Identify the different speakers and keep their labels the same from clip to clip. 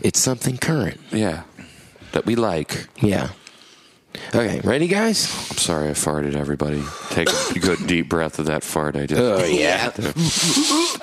Speaker 1: It's something current.
Speaker 2: Yeah. That we like.
Speaker 1: Yeah. Okay, ready, guys?
Speaker 2: I'm sorry I farted, everybody. Take a good deep breath of that fart I
Speaker 1: Uh,
Speaker 2: just.
Speaker 1: Oh, yeah.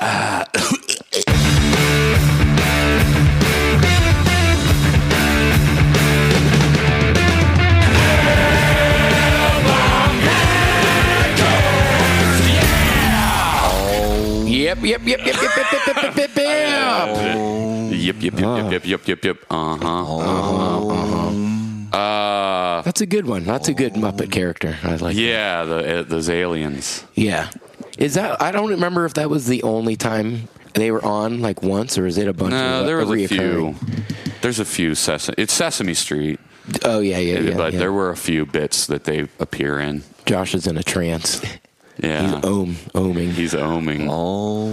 Speaker 1: Yep, yep, yep, yep, yep, yep, yep, yep, yep, yep, yep.
Speaker 2: Yep, yep, yep, yep, yep, yep, yep, Uh-huh. yep. Uh huh. Uh,
Speaker 1: That's a good one. That's a good Muppet character. I like.
Speaker 2: Yeah, the, uh, those aliens.
Speaker 1: Yeah. Is that? I don't remember if that was the only time they were on, like once, or is it a bunch?
Speaker 2: No,
Speaker 1: of
Speaker 2: there was a few.
Speaker 1: reoccurring?
Speaker 2: There's a few Sesame. It's Sesame Street,
Speaker 1: Oh yeah, yeah, yeah.
Speaker 2: but
Speaker 1: yeah.
Speaker 2: there were a few bits that they appear in.
Speaker 1: Josh is in a trance.
Speaker 2: Yeah,
Speaker 1: He's ohm, ohming.
Speaker 2: He's ohming.
Speaker 3: Oh,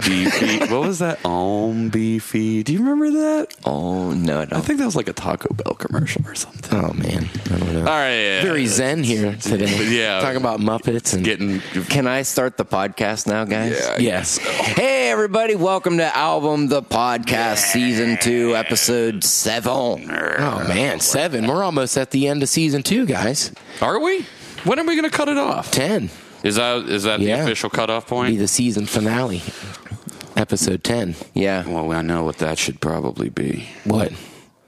Speaker 2: Beefy. what was that? Om beefy. Do you remember that?
Speaker 3: oh no, I don't.
Speaker 2: I think that was like a Taco Bell commercial or something.
Speaker 1: Oh man, I don't know.
Speaker 2: All right, yeah.
Speaker 1: Very zen here today.
Speaker 2: Uh, Yeah.
Speaker 1: talking about Muppets and
Speaker 2: Getting
Speaker 3: Can I start the podcast now, guys?
Speaker 1: yes,
Speaker 3: Hey, everybody! Welcome to Album the Podcast, Season Two, Episode Seven.
Speaker 1: Oh man, seven. We're almost at the end of season two, guys.
Speaker 2: Are we? When are we going to cut it off?
Speaker 1: Ten
Speaker 2: Is that is that
Speaker 1: Yeah.
Speaker 2: the official cutoff
Speaker 1: be
Speaker 2: point?
Speaker 1: the season finale. Episode ten.
Speaker 3: Yeah,
Speaker 2: well, I know what that should probably be.
Speaker 1: What?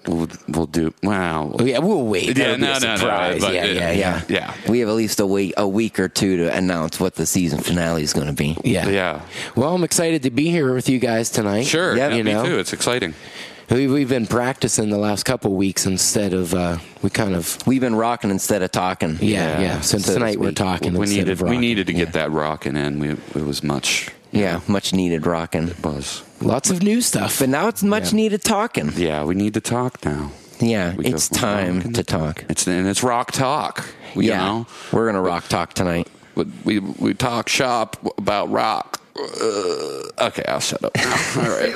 Speaker 2: We'll, we'll do. Wow.
Speaker 1: Oh, yeah, we'll wait. That'll
Speaker 2: Yeah,
Speaker 1: be a
Speaker 2: no, no, no,
Speaker 1: surprise.
Speaker 2: but
Speaker 1: yeah,
Speaker 2: it-
Speaker 1: yeah, uh, yeah,
Speaker 2: Yeah.
Speaker 3: we have at least a week, a week or two to announce what the season finale is going to be.
Speaker 1: yeah,
Speaker 2: Yeah.
Speaker 1: Well, I'm excited to be here with you guys tonight.
Speaker 2: Sure.
Speaker 3: Yeah,
Speaker 2: Yeah,
Speaker 1: you
Speaker 2: me
Speaker 1: know.
Speaker 2: too. It's exciting.
Speaker 1: We, we've been practicing the last couple weeks instead of uh, we kind of
Speaker 3: We've been rocking instead of talking.
Speaker 1: yeah yeah.
Speaker 2: Yeah.
Speaker 1: Since
Speaker 3: So to
Speaker 1: tonight we're
Speaker 3: speak.
Speaker 1: talking.
Speaker 2: we
Speaker 1: instead
Speaker 2: needed
Speaker 1: of
Speaker 2: we
Speaker 1: rocking.
Speaker 2: needed to
Speaker 1: Yeah.
Speaker 2: get that rocking in. We it was much
Speaker 3: yeah, much needed rocking.
Speaker 2: buzz.
Speaker 1: lots of new stuff.
Speaker 3: But now it's much needed talking.
Speaker 2: Yeah, we need to talk now.
Speaker 3: Yeah,
Speaker 2: We
Speaker 3: it's
Speaker 2: go from
Speaker 3: time
Speaker 2: rocking.
Speaker 3: to talk.
Speaker 2: It's and it's rock talk. You
Speaker 3: yeah,
Speaker 2: know,
Speaker 3: we're gonna rock talk tonight.
Speaker 2: we we, we talk shop about rock. Uh, okay, I'll shut up. now. All right,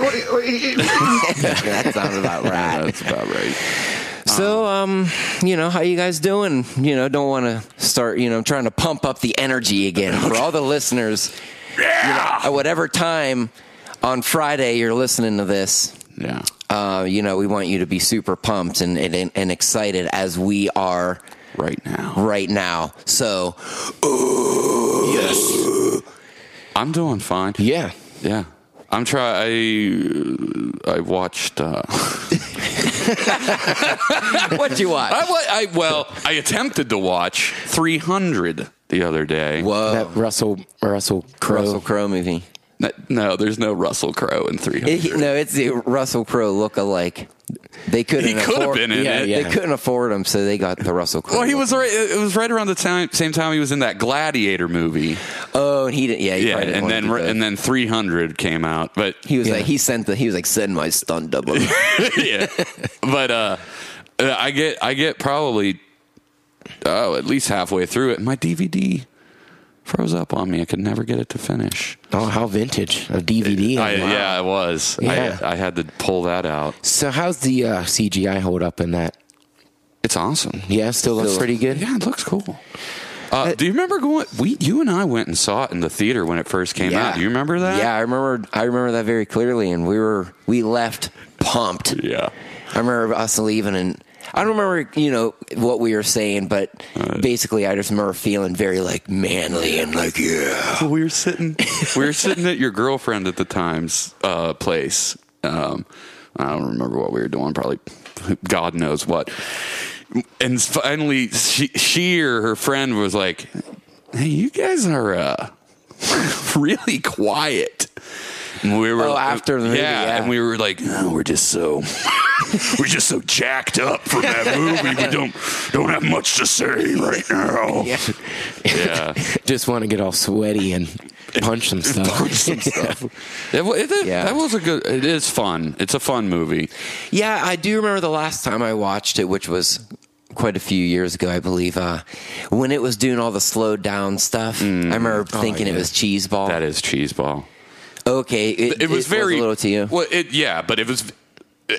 Speaker 3: that sounds about right.
Speaker 2: that's about right.
Speaker 3: So, um, you know, how you guys doing? You know, don't want to start, you know, trying to pump up the energy again for all the listeners. Yeah. at whatever time on Friday you're listening to this,
Speaker 2: Yeah,
Speaker 3: uh, you know, we want you to be super pumped and, and, and excited as we are
Speaker 2: right now.
Speaker 3: right now. So,
Speaker 2: I'm doing fine.
Speaker 1: yeah.
Speaker 2: Yeah. I'm try. I I watched. Uh,
Speaker 3: what you watch?
Speaker 2: I, wa- I well, I attempted to watch 300 the other day.
Speaker 3: Whoa.
Speaker 1: That Russell Russell Crowe.
Speaker 3: Um, Russell Crowe movie.
Speaker 2: N- No, there's no Russell Crowe in 300.
Speaker 3: It- no, it's the Russell Crowe lookalike. They couldn't
Speaker 2: He could've
Speaker 3: afford
Speaker 2: been in
Speaker 3: yeah,
Speaker 2: it.
Speaker 3: They
Speaker 1: Yeah.
Speaker 3: couldn't afford him, so they got the Russell Crowe.
Speaker 2: Well, he was right. It was right around the time, same time he was in that Gladiator movie.
Speaker 3: Oh, and he didn't. Yeah, he
Speaker 2: Yeah,
Speaker 3: probably didn't
Speaker 2: and
Speaker 3: wanna
Speaker 2: then
Speaker 3: do both.
Speaker 2: and then 300 came out, but
Speaker 3: he was
Speaker 1: Yeah.
Speaker 3: like, he sent the, he was like, send my stunt double.
Speaker 2: yeah, but uh, uh, I get I get probably oh at least halfway through it. My DVD froze up on me. I could never get it to finish.
Speaker 1: Oh, how vintage a DVD. Wow.
Speaker 2: I, Oh, Yeah, I was.
Speaker 1: Yeah.
Speaker 2: I, I had to pull that out.
Speaker 1: So how's the uh, CGI hold up in that?
Speaker 2: It's awesome.
Speaker 1: Yeah, still looks
Speaker 3: Still-
Speaker 1: pretty good.
Speaker 2: Yeah, it looks cool. Uh, do you remember going? We, you and I went and saw it in the theater when it first came out. Do you remember that?
Speaker 3: Yeah, I remember. I remember that very clearly. And we were, we left pumped.
Speaker 2: Yeah.
Speaker 3: I remember us leaving, and I don't remember, you know, what we were saying, but basically, I just remember feeling very like manly and like, yeah.
Speaker 2: So we were sitting we were sitting at your girlfriend at the time's uh, place. Um, I don't remember what we were doing. Probably God knows what. And finally, she, she or her friend was like, "Hey, you guys are uh, really quiet." And we were
Speaker 3: Oh, after the movie, yeah.
Speaker 2: and we were like, "No, we're just so." We're just so jacked up from that movie. We don't don't have much to say right now. Yeah,
Speaker 1: Just want to get all sweaty and punch some stuff.
Speaker 2: some stuff. It, wa- it- it-
Speaker 3: Yeah.
Speaker 2: That was a good. It is fun. It's a fun movie.
Speaker 3: Yeah, I do remember the last time I watched it, which was quite a few years ago, I believe. Uh, when it was doing all the slow down stuff, I remember thinking it was cheese ball.
Speaker 2: Mm. Oh, That is cheeseball.
Speaker 3: okay, it,
Speaker 2: It was very
Speaker 3: a little to you.
Speaker 2: Well, it yeah, but it was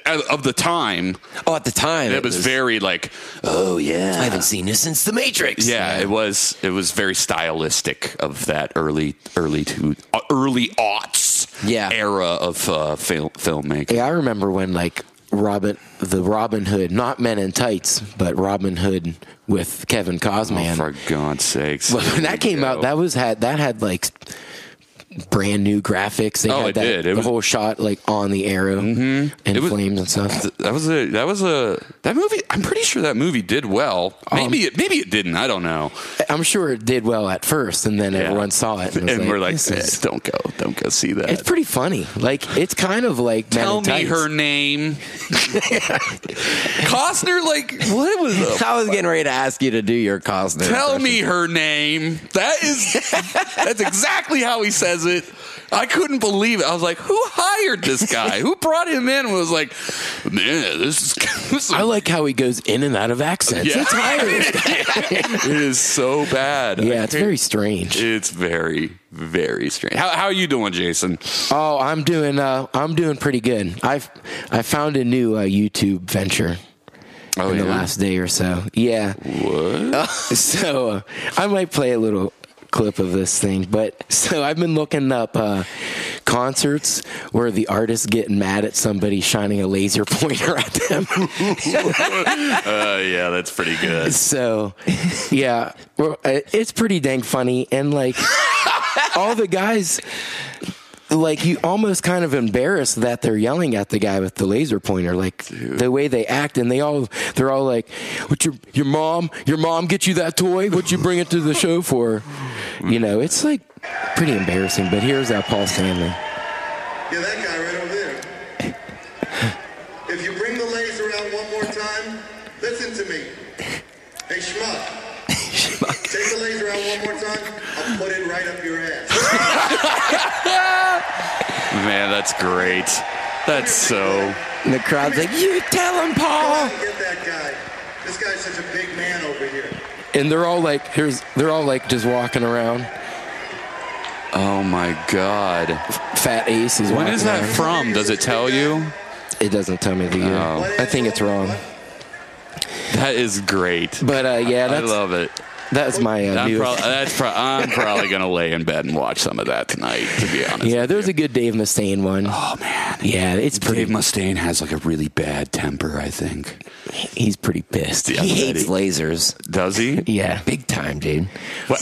Speaker 2: uh, of the time.
Speaker 3: Oh, at the time,
Speaker 2: It was very like
Speaker 3: Oh yeah, I haven't seen this since The Matrix.
Speaker 2: yeah. It was it was very stylistic of that early early to uh, early aughts
Speaker 3: Yeah.
Speaker 2: era of uh, film filmmaking.
Speaker 1: Yeah, I remember when like Robin, the Robin Hood, not Men in Tights, but Robin Hood with Kevin Cosman.
Speaker 2: for God's sakes.
Speaker 1: But when
Speaker 2: Here
Speaker 1: that
Speaker 2: we
Speaker 1: came out,
Speaker 2: Oh, go.
Speaker 1: that was had that had like brand new graphics. They
Speaker 2: Oh,
Speaker 1: had
Speaker 2: it
Speaker 1: that,
Speaker 2: did. It
Speaker 1: the
Speaker 2: was- Mm-hmm.
Speaker 1: whole shot like on the arrow and
Speaker 2: It was-
Speaker 1: flames and stuff.
Speaker 2: Th- that was a that was a that movie. I'm pretty sure that movie did well. Maybe it maybe it didn't. I don't know.
Speaker 1: I'm sure it did well at first, and then
Speaker 2: Yeah.
Speaker 1: everyone saw it, and, was
Speaker 2: and we're like,
Speaker 1: "This
Speaker 2: "Eh,
Speaker 1: is-
Speaker 2: don't go, don't go see that.
Speaker 1: it's pretty funny. Like it's kind of like
Speaker 2: Tell
Speaker 1: Men
Speaker 2: me
Speaker 1: in Tights.
Speaker 2: her name. Costner, like what was? the-
Speaker 3: I was getting ready to ask you to do your Costner.
Speaker 2: Tell
Speaker 3: impression.
Speaker 2: me her name. That is that's exactly how he says it. I couldn't believe it. I was like, who hired this guy? Who brought him in? And was like, man, this is this is,
Speaker 1: I like how he goes in and out of accents.
Speaker 2: Yeah.
Speaker 1: It's Irish.
Speaker 2: it is so bad.
Speaker 1: yeah,
Speaker 2: I
Speaker 1: it's
Speaker 2: can't-
Speaker 1: very strange.
Speaker 2: It's very, very strange. How, how are you doing, Jason?
Speaker 1: Oh, I'm doing. Uh, I'm doing pretty good. I've I found a new uh, YouTube venture
Speaker 2: Oh,
Speaker 1: in the
Speaker 2: yeah?
Speaker 1: last day or so. Yeah. What? so uh, I might play a little clip of this thing, but so I've been looking up uh, concerts where the artists get mad at somebody shining a laser pointer at them.
Speaker 2: uh, yeah, that's pretty good.
Speaker 1: So, yeah, well, uh, it's pretty dang funny, and like all the guys, like you almost kind of embarrassed that they're yelling at the guy with the laser pointer, like the way they act, and they all they're all like, "What your your mom? Your mom get you that toy? What'd you bring it to the show for?" You know, it's like pretty embarrassing. But here's that Paul Stanley.
Speaker 4: Yeah, that guy right over there. If you bring the laser out one more time, listen to me. Hey, schmuck. Take the laser out one more time. I'll put it right up your ass.
Speaker 2: Man, that's great. That's so.
Speaker 3: And the crowd's like, you tell him,
Speaker 4: Come
Speaker 3: Paul.
Speaker 4: on, get that guy. This guy's such a big man over here.
Speaker 1: And they're all like, here's they're all like just walking around.
Speaker 2: Oh my God.
Speaker 1: Fat Ace is
Speaker 2: When
Speaker 1: walking
Speaker 2: is that
Speaker 1: around.
Speaker 2: from? Does it tell you?
Speaker 1: It doesn't tell me the year.
Speaker 2: Oh.
Speaker 1: I think it's wrong.
Speaker 2: That is great.
Speaker 1: But uh, yeah,
Speaker 2: I
Speaker 1: that's
Speaker 2: love it.
Speaker 1: that's my uh,
Speaker 2: I'm,
Speaker 1: new.
Speaker 2: prob- that's pro- I'm probably gonna lay in bed and watch some of that tonight. To be honest,
Speaker 1: yeah, there's a good Dave Mustaine one.
Speaker 2: Oh man,
Speaker 1: Yeah, it's pretty.
Speaker 2: Dave Mustaine has like a really bad temper. I think.
Speaker 1: He's pretty pissed.
Speaker 2: Yeah.
Speaker 3: He
Speaker 2: I'm
Speaker 3: hates lasers.
Speaker 2: Does he?
Speaker 1: Yeah,
Speaker 3: Big time, dude.
Speaker 2: What?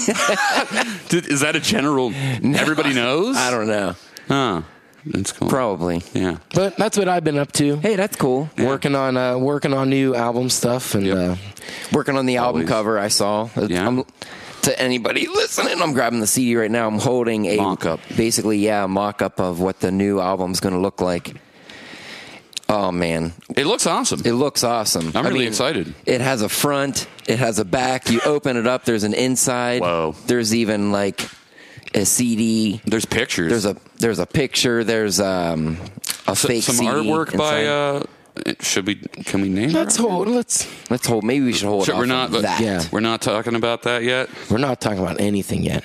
Speaker 2: Did, is that a general? Everybody knows.
Speaker 3: I don't know.
Speaker 2: Huh. That's cool.
Speaker 3: Probably.
Speaker 2: Yeah.
Speaker 1: but that's what I've been up to.
Speaker 3: Hey, that's cool.
Speaker 1: Working on uh, working on new album stuff and
Speaker 2: Yep.
Speaker 1: uh,
Speaker 3: Working on the album
Speaker 2: Always.
Speaker 3: cover, I saw. Uh,
Speaker 2: Yeah.
Speaker 3: I'm- to anybody listening, I'm grabbing the CD right now. I'm holding a
Speaker 2: Mock-up.
Speaker 3: Basically, yeah, a mock up of what the new album's going to look like. Oh, man.
Speaker 2: It looks awesome.
Speaker 3: It looks awesome.
Speaker 2: I'm really excited.
Speaker 3: It has a front. It has a back. You open it up. There's an inside.
Speaker 2: Whoa.
Speaker 3: There's even like a CD.
Speaker 2: There's pictures.
Speaker 3: There's a there's a picture. There's um a
Speaker 2: S-
Speaker 3: fake
Speaker 2: some
Speaker 3: CD
Speaker 2: artwork by.
Speaker 3: inside.
Speaker 2: uh Should we? Can we name? her?
Speaker 1: let's hold. Let's.
Speaker 3: Let's hold. Maybe we should hold.
Speaker 2: Should-
Speaker 3: off
Speaker 2: we're not.
Speaker 3: on that.
Speaker 1: Yeah.
Speaker 2: We're not talking about that yet.
Speaker 1: We're not talking about anything yet.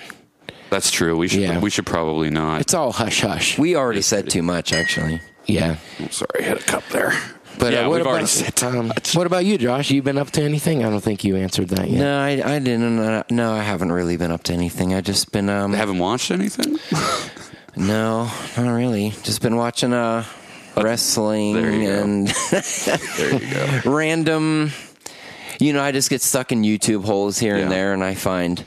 Speaker 2: That's true. We should.
Speaker 1: Yeah.
Speaker 2: We should probably not.
Speaker 1: It's all hush hush.
Speaker 3: We already said too much, actually.
Speaker 1: yeah.
Speaker 2: Sorry, I hit a cup there.
Speaker 1: But
Speaker 2: yeah,
Speaker 1: uh, what
Speaker 2: we've
Speaker 1: about
Speaker 2: already said
Speaker 1: um, what about you, Josh? You been up to anything? I don't think you answered that yet.
Speaker 3: No, I, I didn't. uh, No, I haven't really been up to anything. I just been um.
Speaker 2: haven't watched anything.
Speaker 3: no, not really. Just been watching uh wrestling
Speaker 2: There you go.
Speaker 3: and
Speaker 2: There you go.
Speaker 3: random. You know, I just get stuck in YouTube holes here
Speaker 2: Yeah.
Speaker 3: and there, and I find.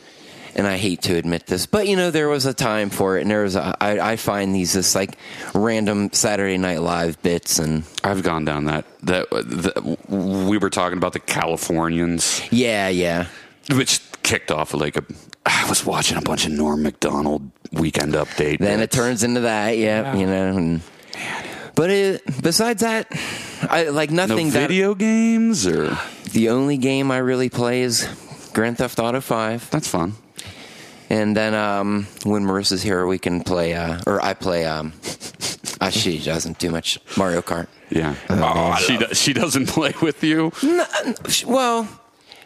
Speaker 3: And I hate to admit this, but you know there was a time for it, and there was a, I, I find these just like random Saturday Night Live bits, and
Speaker 2: I've gone down that that that we were talking about the Californians,
Speaker 3: yeah, yeah,
Speaker 2: which kicked off like a. I was watching a bunch of Norm Macdonald Weekend Update.
Speaker 3: then it
Speaker 2: bits.
Speaker 3: turns into that yeah, you know and, but it, besides that i like
Speaker 2: no
Speaker 3: nothing that
Speaker 2: video games or
Speaker 3: the only game i really play is grand theft auto 5
Speaker 2: that's fun.
Speaker 3: and then um, when marissa's here we can play uh, or i play um, uh, she doesn't do much mario kart
Speaker 2: Yeah,
Speaker 3: Oh,
Speaker 2: she do, she doesn't play with you.
Speaker 3: well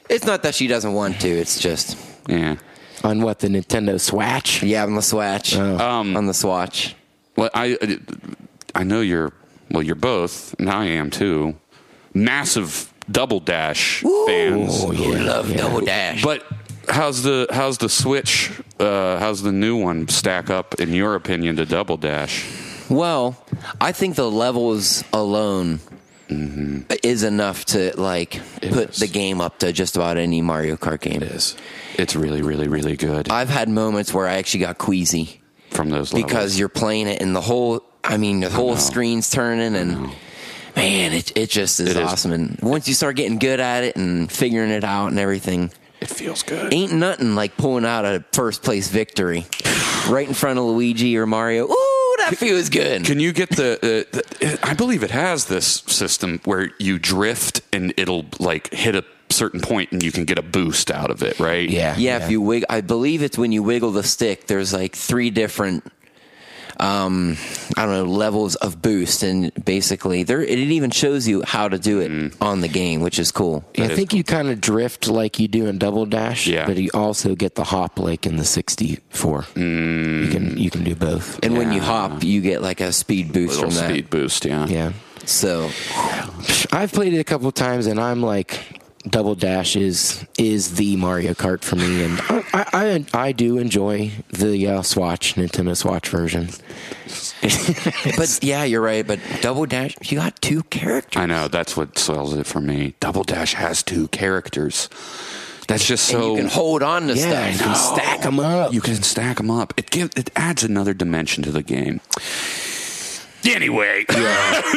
Speaker 3: it's not that she doesn't want to it's just
Speaker 2: Yeah.
Speaker 1: On what the Nintendo Swatch?
Speaker 3: yeah on the swatch
Speaker 1: Oh.
Speaker 2: Um,
Speaker 3: on the swatch
Speaker 2: Well, I uh, I know you're. Well, you're both, and I am too. Massive Double Dash
Speaker 3: Oh,
Speaker 2: fans.
Speaker 3: love double dash
Speaker 2: But how's the how's the Switch? Uh, how's the new one stack up in your opinion to Double Dash?
Speaker 3: Well, I think the levels alone
Speaker 1: Mm-hmm.
Speaker 3: is enough to like put
Speaker 2: is.
Speaker 3: the game up to just about any Mario Kart game.
Speaker 2: It is. It's really, really, really good
Speaker 3: I've had moments where I actually got queasy
Speaker 2: from those levels.
Speaker 3: because you're playing it and the whole I mean the whole
Speaker 2: know.
Speaker 3: screen's turning and man it it just is
Speaker 2: It is.
Speaker 3: awesome and once you start getting good at it and figuring it out and everything
Speaker 2: it feels good.
Speaker 3: ain't nothing like pulling out a first place victory right in front of Luigi or Mario ooh that feels good
Speaker 2: Can you get the, uh, the? I believe it has this system where you drift and it'll like hit a certain point and you can get a boost out of it, right?
Speaker 1: Yeah.
Speaker 3: yeah, if you wig I believe it's when you wiggle the stick there's like three different um I don't know levels of boost and basically there it even shows you how to do it on the game which is cool
Speaker 1: I
Speaker 2: is
Speaker 1: think you kind of drift like you do in Double Dash,
Speaker 2: Yeah.
Speaker 1: but you also get the hop like in the 64. You can you can do both.
Speaker 3: And when you
Speaker 2: Yeah.
Speaker 3: hop, you get like a speed boost
Speaker 2: Little
Speaker 3: from that.
Speaker 2: speed boost. Yeah.
Speaker 1: yeah.
Speaker 3: So
Speaker 1: I've played it a couple times, and I'm like, Double Dash is is the Mario Kart for me, and I I, I, I do enjoy the uh, Swatch Nintendo Swatch version.
Speaker 3: but yeah, you're right. But double dash, you got two characters.
Speaker 2: I know that's what sells it for me. Double Dash has two characters. That's just so
Speaker 3: and you can hold on to
Speaker 1: Yeah, you
Speaker 3: stuff.
Speaker 1: can stack them up.
Speaker 2: You can stack them up. It gives it adds another dimension to the game. Anyway,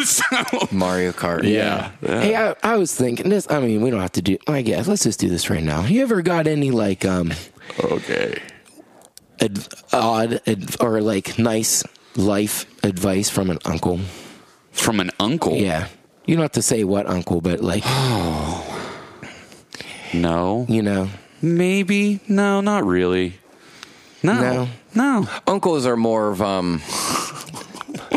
Speaker 2: so,
Speaker 3: Mario Kart.
Speaker 2: yeah.
Speaker 1: Hey, I, I was thinking this. I mean, we don't have to do. I guess let's just do this right now. You ever got any like um
Speaker 2: Okay.
Speaker 1: ad, odd ad, or like nice life advice from an uncle?
Speaker 2: From an uncle.
Speaker 1: Yeah, you don't have to say what uncle, but like
Speaker 2: No.
Speaker 1: you know,
Speaker 2: Maybe. No. Not really. No. No.
Speaker 3: Uncles are more of um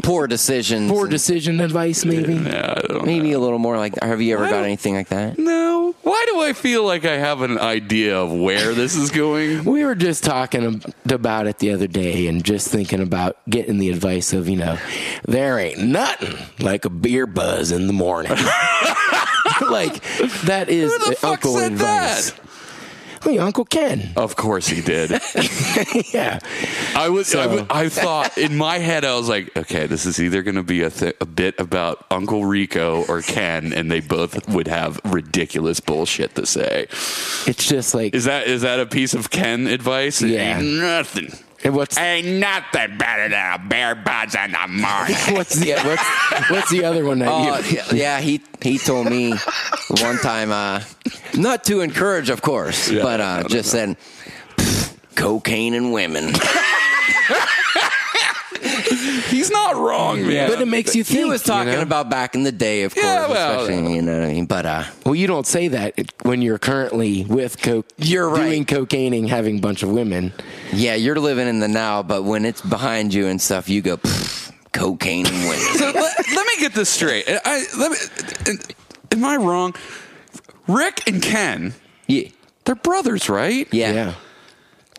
Speaker 3: poor decisions.
Speaker 1: poor
Speaker 3: and
Speaker 1: decision advice maybe.
Speaker 2: Yeah, I don't
Speaker 3: Maybe a little more like. Have you ever
Speaker 2: I
Speaker 3: got
Speaker 2: don't-
Speaker 3: anything like that?
Speaker 2: know. Why do I feel like I have an idea of where this is going?
Speaker 1: We were just talking ab- about it the other day and just thinking about getting the advice of, you know, there ain't nothing like a beer buzz in the morning. like, that is
Speaker 2: Who the fuck
Speaker 1: uncle
Speaker 2: said
Speaker 1: advice. Hey, Uncle Ken.
Speaker 2: Of course he did.
Speaker 1: yeah.
Speaker 2: I was, I
Speaker 1: So-
Speaker 2: was- I thought in my head, I was like, okay, this is either going to be a, th- a bit about Uncle Rico or Ken, and they both would have ridiculous bullshit to say.
Speaker 1: It's just like,
Speaker 2: Is that is that a piece of Ken advice? It
Speaker 1: Yeah.
Speaker 2: Ain't nothing.
Speaker 1: and what's,
Speaker 2: Ain't nothing better than a bear buzz in the morning.
Speaker 1: what's, the, what's, what's the other one that
Speaker 3: Oh
Speaker 1: you.
Speaker 3: yeah, yeah, he he told me one time, uh, not to encourage, of course,
Speaker 2: Yeah,
Speaker 3: but uh, just said "Pfft, cocaine and women.
Speaker 2: He's not wrong, man.
Speaker 1: But it makes you think.
Speaker 3: he was talking
Speaker 1: you know?
Speaker 3: about back in the day, of course,
Speaker 2: Yeah, well,
Speaker 3: especially, you know what I mean. But uh,
Speaker 1: Well, you don't say that when you're currently with coke.
Speaker 3: You're right.
Speaker 1: doing cocaining, having a bunch of women.
Speaker 3: yeah, you're living in the now, but when it's behind you and stuff, you go "Pfft, cocaine and women.
Speaker 2: so let, let me get this straight. I, let me, am I wrong? Rick and Ken,
Speaker 3: yeah,
Speaker 2: they're brothers, right?
Speaker 3: yeah.
Speaker 1: yeah.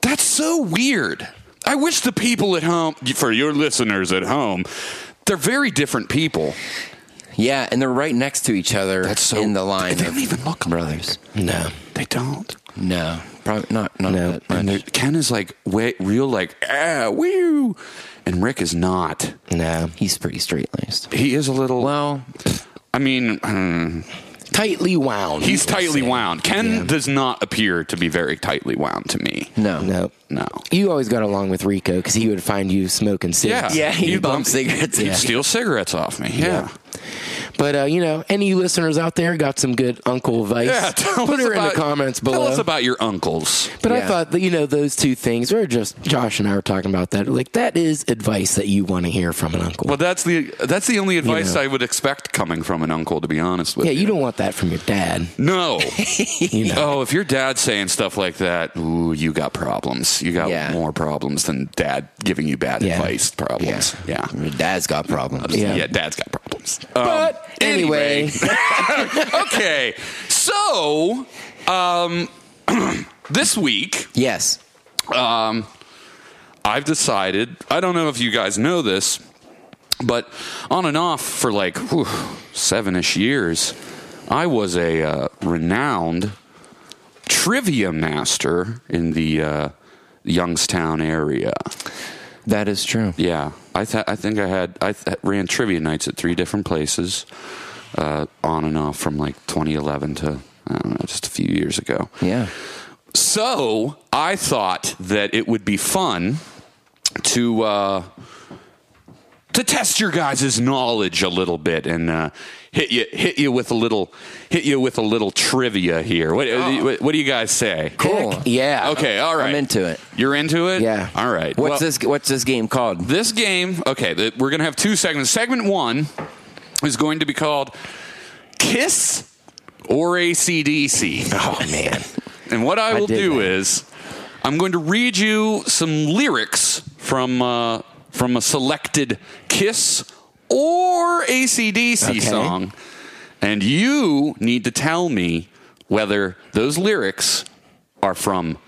Speaker 2: That's so weird. I wish the people at home, for your listeners at home, they're very different people.
Speaker 3: Yeah, and they're right next to each other
Speaker 2: That's so
Speaker 3: in the line.
Speaker 2: They
Speaker 3: of
Speaker 2: don't even look
Speaker 3: brothers.
Speaker 1: No.
Speaker 2: They don't.
Speaker 3: No, probably not. Not
Speaker 1: No.
Speaker 3: that
Speaker 2: And
Speaker 3: much.
Speaker 2: they're- Ken is like way, real, like ah, woo, and Rick is not.
Speaker 1: No.
Speaker 3: He's pretty straight laced.
Speaker 2: He is a little.
Speaker 3: Well,
Speaker 2: I mean, hmm,
Speaker 1: Tightly wound.
Speaker 2: he's
Speaker 1: people
Speaker 2: tightly
Speaker 1: say.
Speaker 2: wound. Ken does not appear to be very tightly wound to me.
Speaker 3: no,
Speaker 1: No.
Speaker 2: No.
Speaker 1: You always got along with Rico because he would find you smoking
Speaker 2: Yeah.
Speaker 1: cigarettes.
Speaker 3: Yeah, he'd
Speaker 2: He'd
Speaker 3: bump
Speaker 2: bump-
Speaker 3: cigarettes.
Speaker 2: He'd
Speaker 3: Yeah.
Speaker 2: steal cigarettes off me. Yeah.
Speaker 1: But, uh, you know, any listeners out there got some good uncle advice?
Speaker 2: Yeah, tell
Speaker 1: Put
Speaker 2: us
Speaker 1: her in the
Speaker 2: about-
Speaker 1: comments
Speaker 2: Tell
Speaker 1: below.
Speaker 2: us about your uncles.
Speaker 1: but I
Speaker 3: Yeah.
Speaker 1: thought that, you know, those two things, or just Josh and I were talking about that. Like, that is advice that you want to hear from an uncle.
Speaker 2: Well, that's the that's the only advice
Speaker 1: know.
Speaker 2: I would expect coming from an uncle, to be honest with
Speaker 1: yeah,
Speaker 2: you.
Speaker 1: you don't want that from your dad.
Speaker 2: No.
Speaker 1: You know.
Speaker 2: oh, if your dad's saying stuff like that, ooh, you got problems. You got
Speaker 3: Yeah.
Speaker 2: more problems than dad giving you bad
Speaker 1: Yeah.
Speaker 2: advice. Problems. Yeah. Yeah.
Speaker 3: Your dad's got problems.
Speaker 1: Yeah.
Speaker 2: dad's got problems.
Speaker 1: But anyway.
Speaker 2: okay. So, um, this week
Speaker 3: Yes.
Speaker 2: I've decided, I don't know if you guys know this, but on and off for like whew, seven ish years, I was a uh, renowned trivia master in the uh, Youngstown area.
Speaker 3: That is true.
Speaker 2: Yeah, I th- I think I had I th- ran trivia nights at three different places. uh, on and off from like 2011 to I don't know, just a few years ago.
Speaker 3: Yeah.
Speaker 2: So I thought that it would be fun to uh, to test your guys' knowledge a little bit and uh, hit you hit you with a little hit you with a little trivia here. What what, what do you guys say?
Speaker 3: Cool.
Speaker 1: Heck yeah.
Speaker 2: Okay, all right.
Speaker 3: I'm into it.
Speaker 2: You're into it.
Speaker 1: Yeah.
Speaker 2: All right.
Speaker 3: What's
Speaker 2: Well,
Speaker 3: this? What's this game called?
Speaker 2: This game. Okay, th- we're gonna have two segments. Segment one is going to be called Kiss or ACDC.
Speaker 1: Oh man.
Speaker 2: And what I will
Speaker 1: did
Speaker 2: do
Speaker 1: that.
Speaker 2: is, I'm going to read you some lyrics from uh, from a selected Kiss or ACDC
Speaker 1: Okay.
Speaker 2: song, and you need to tell me whether those lyrics are from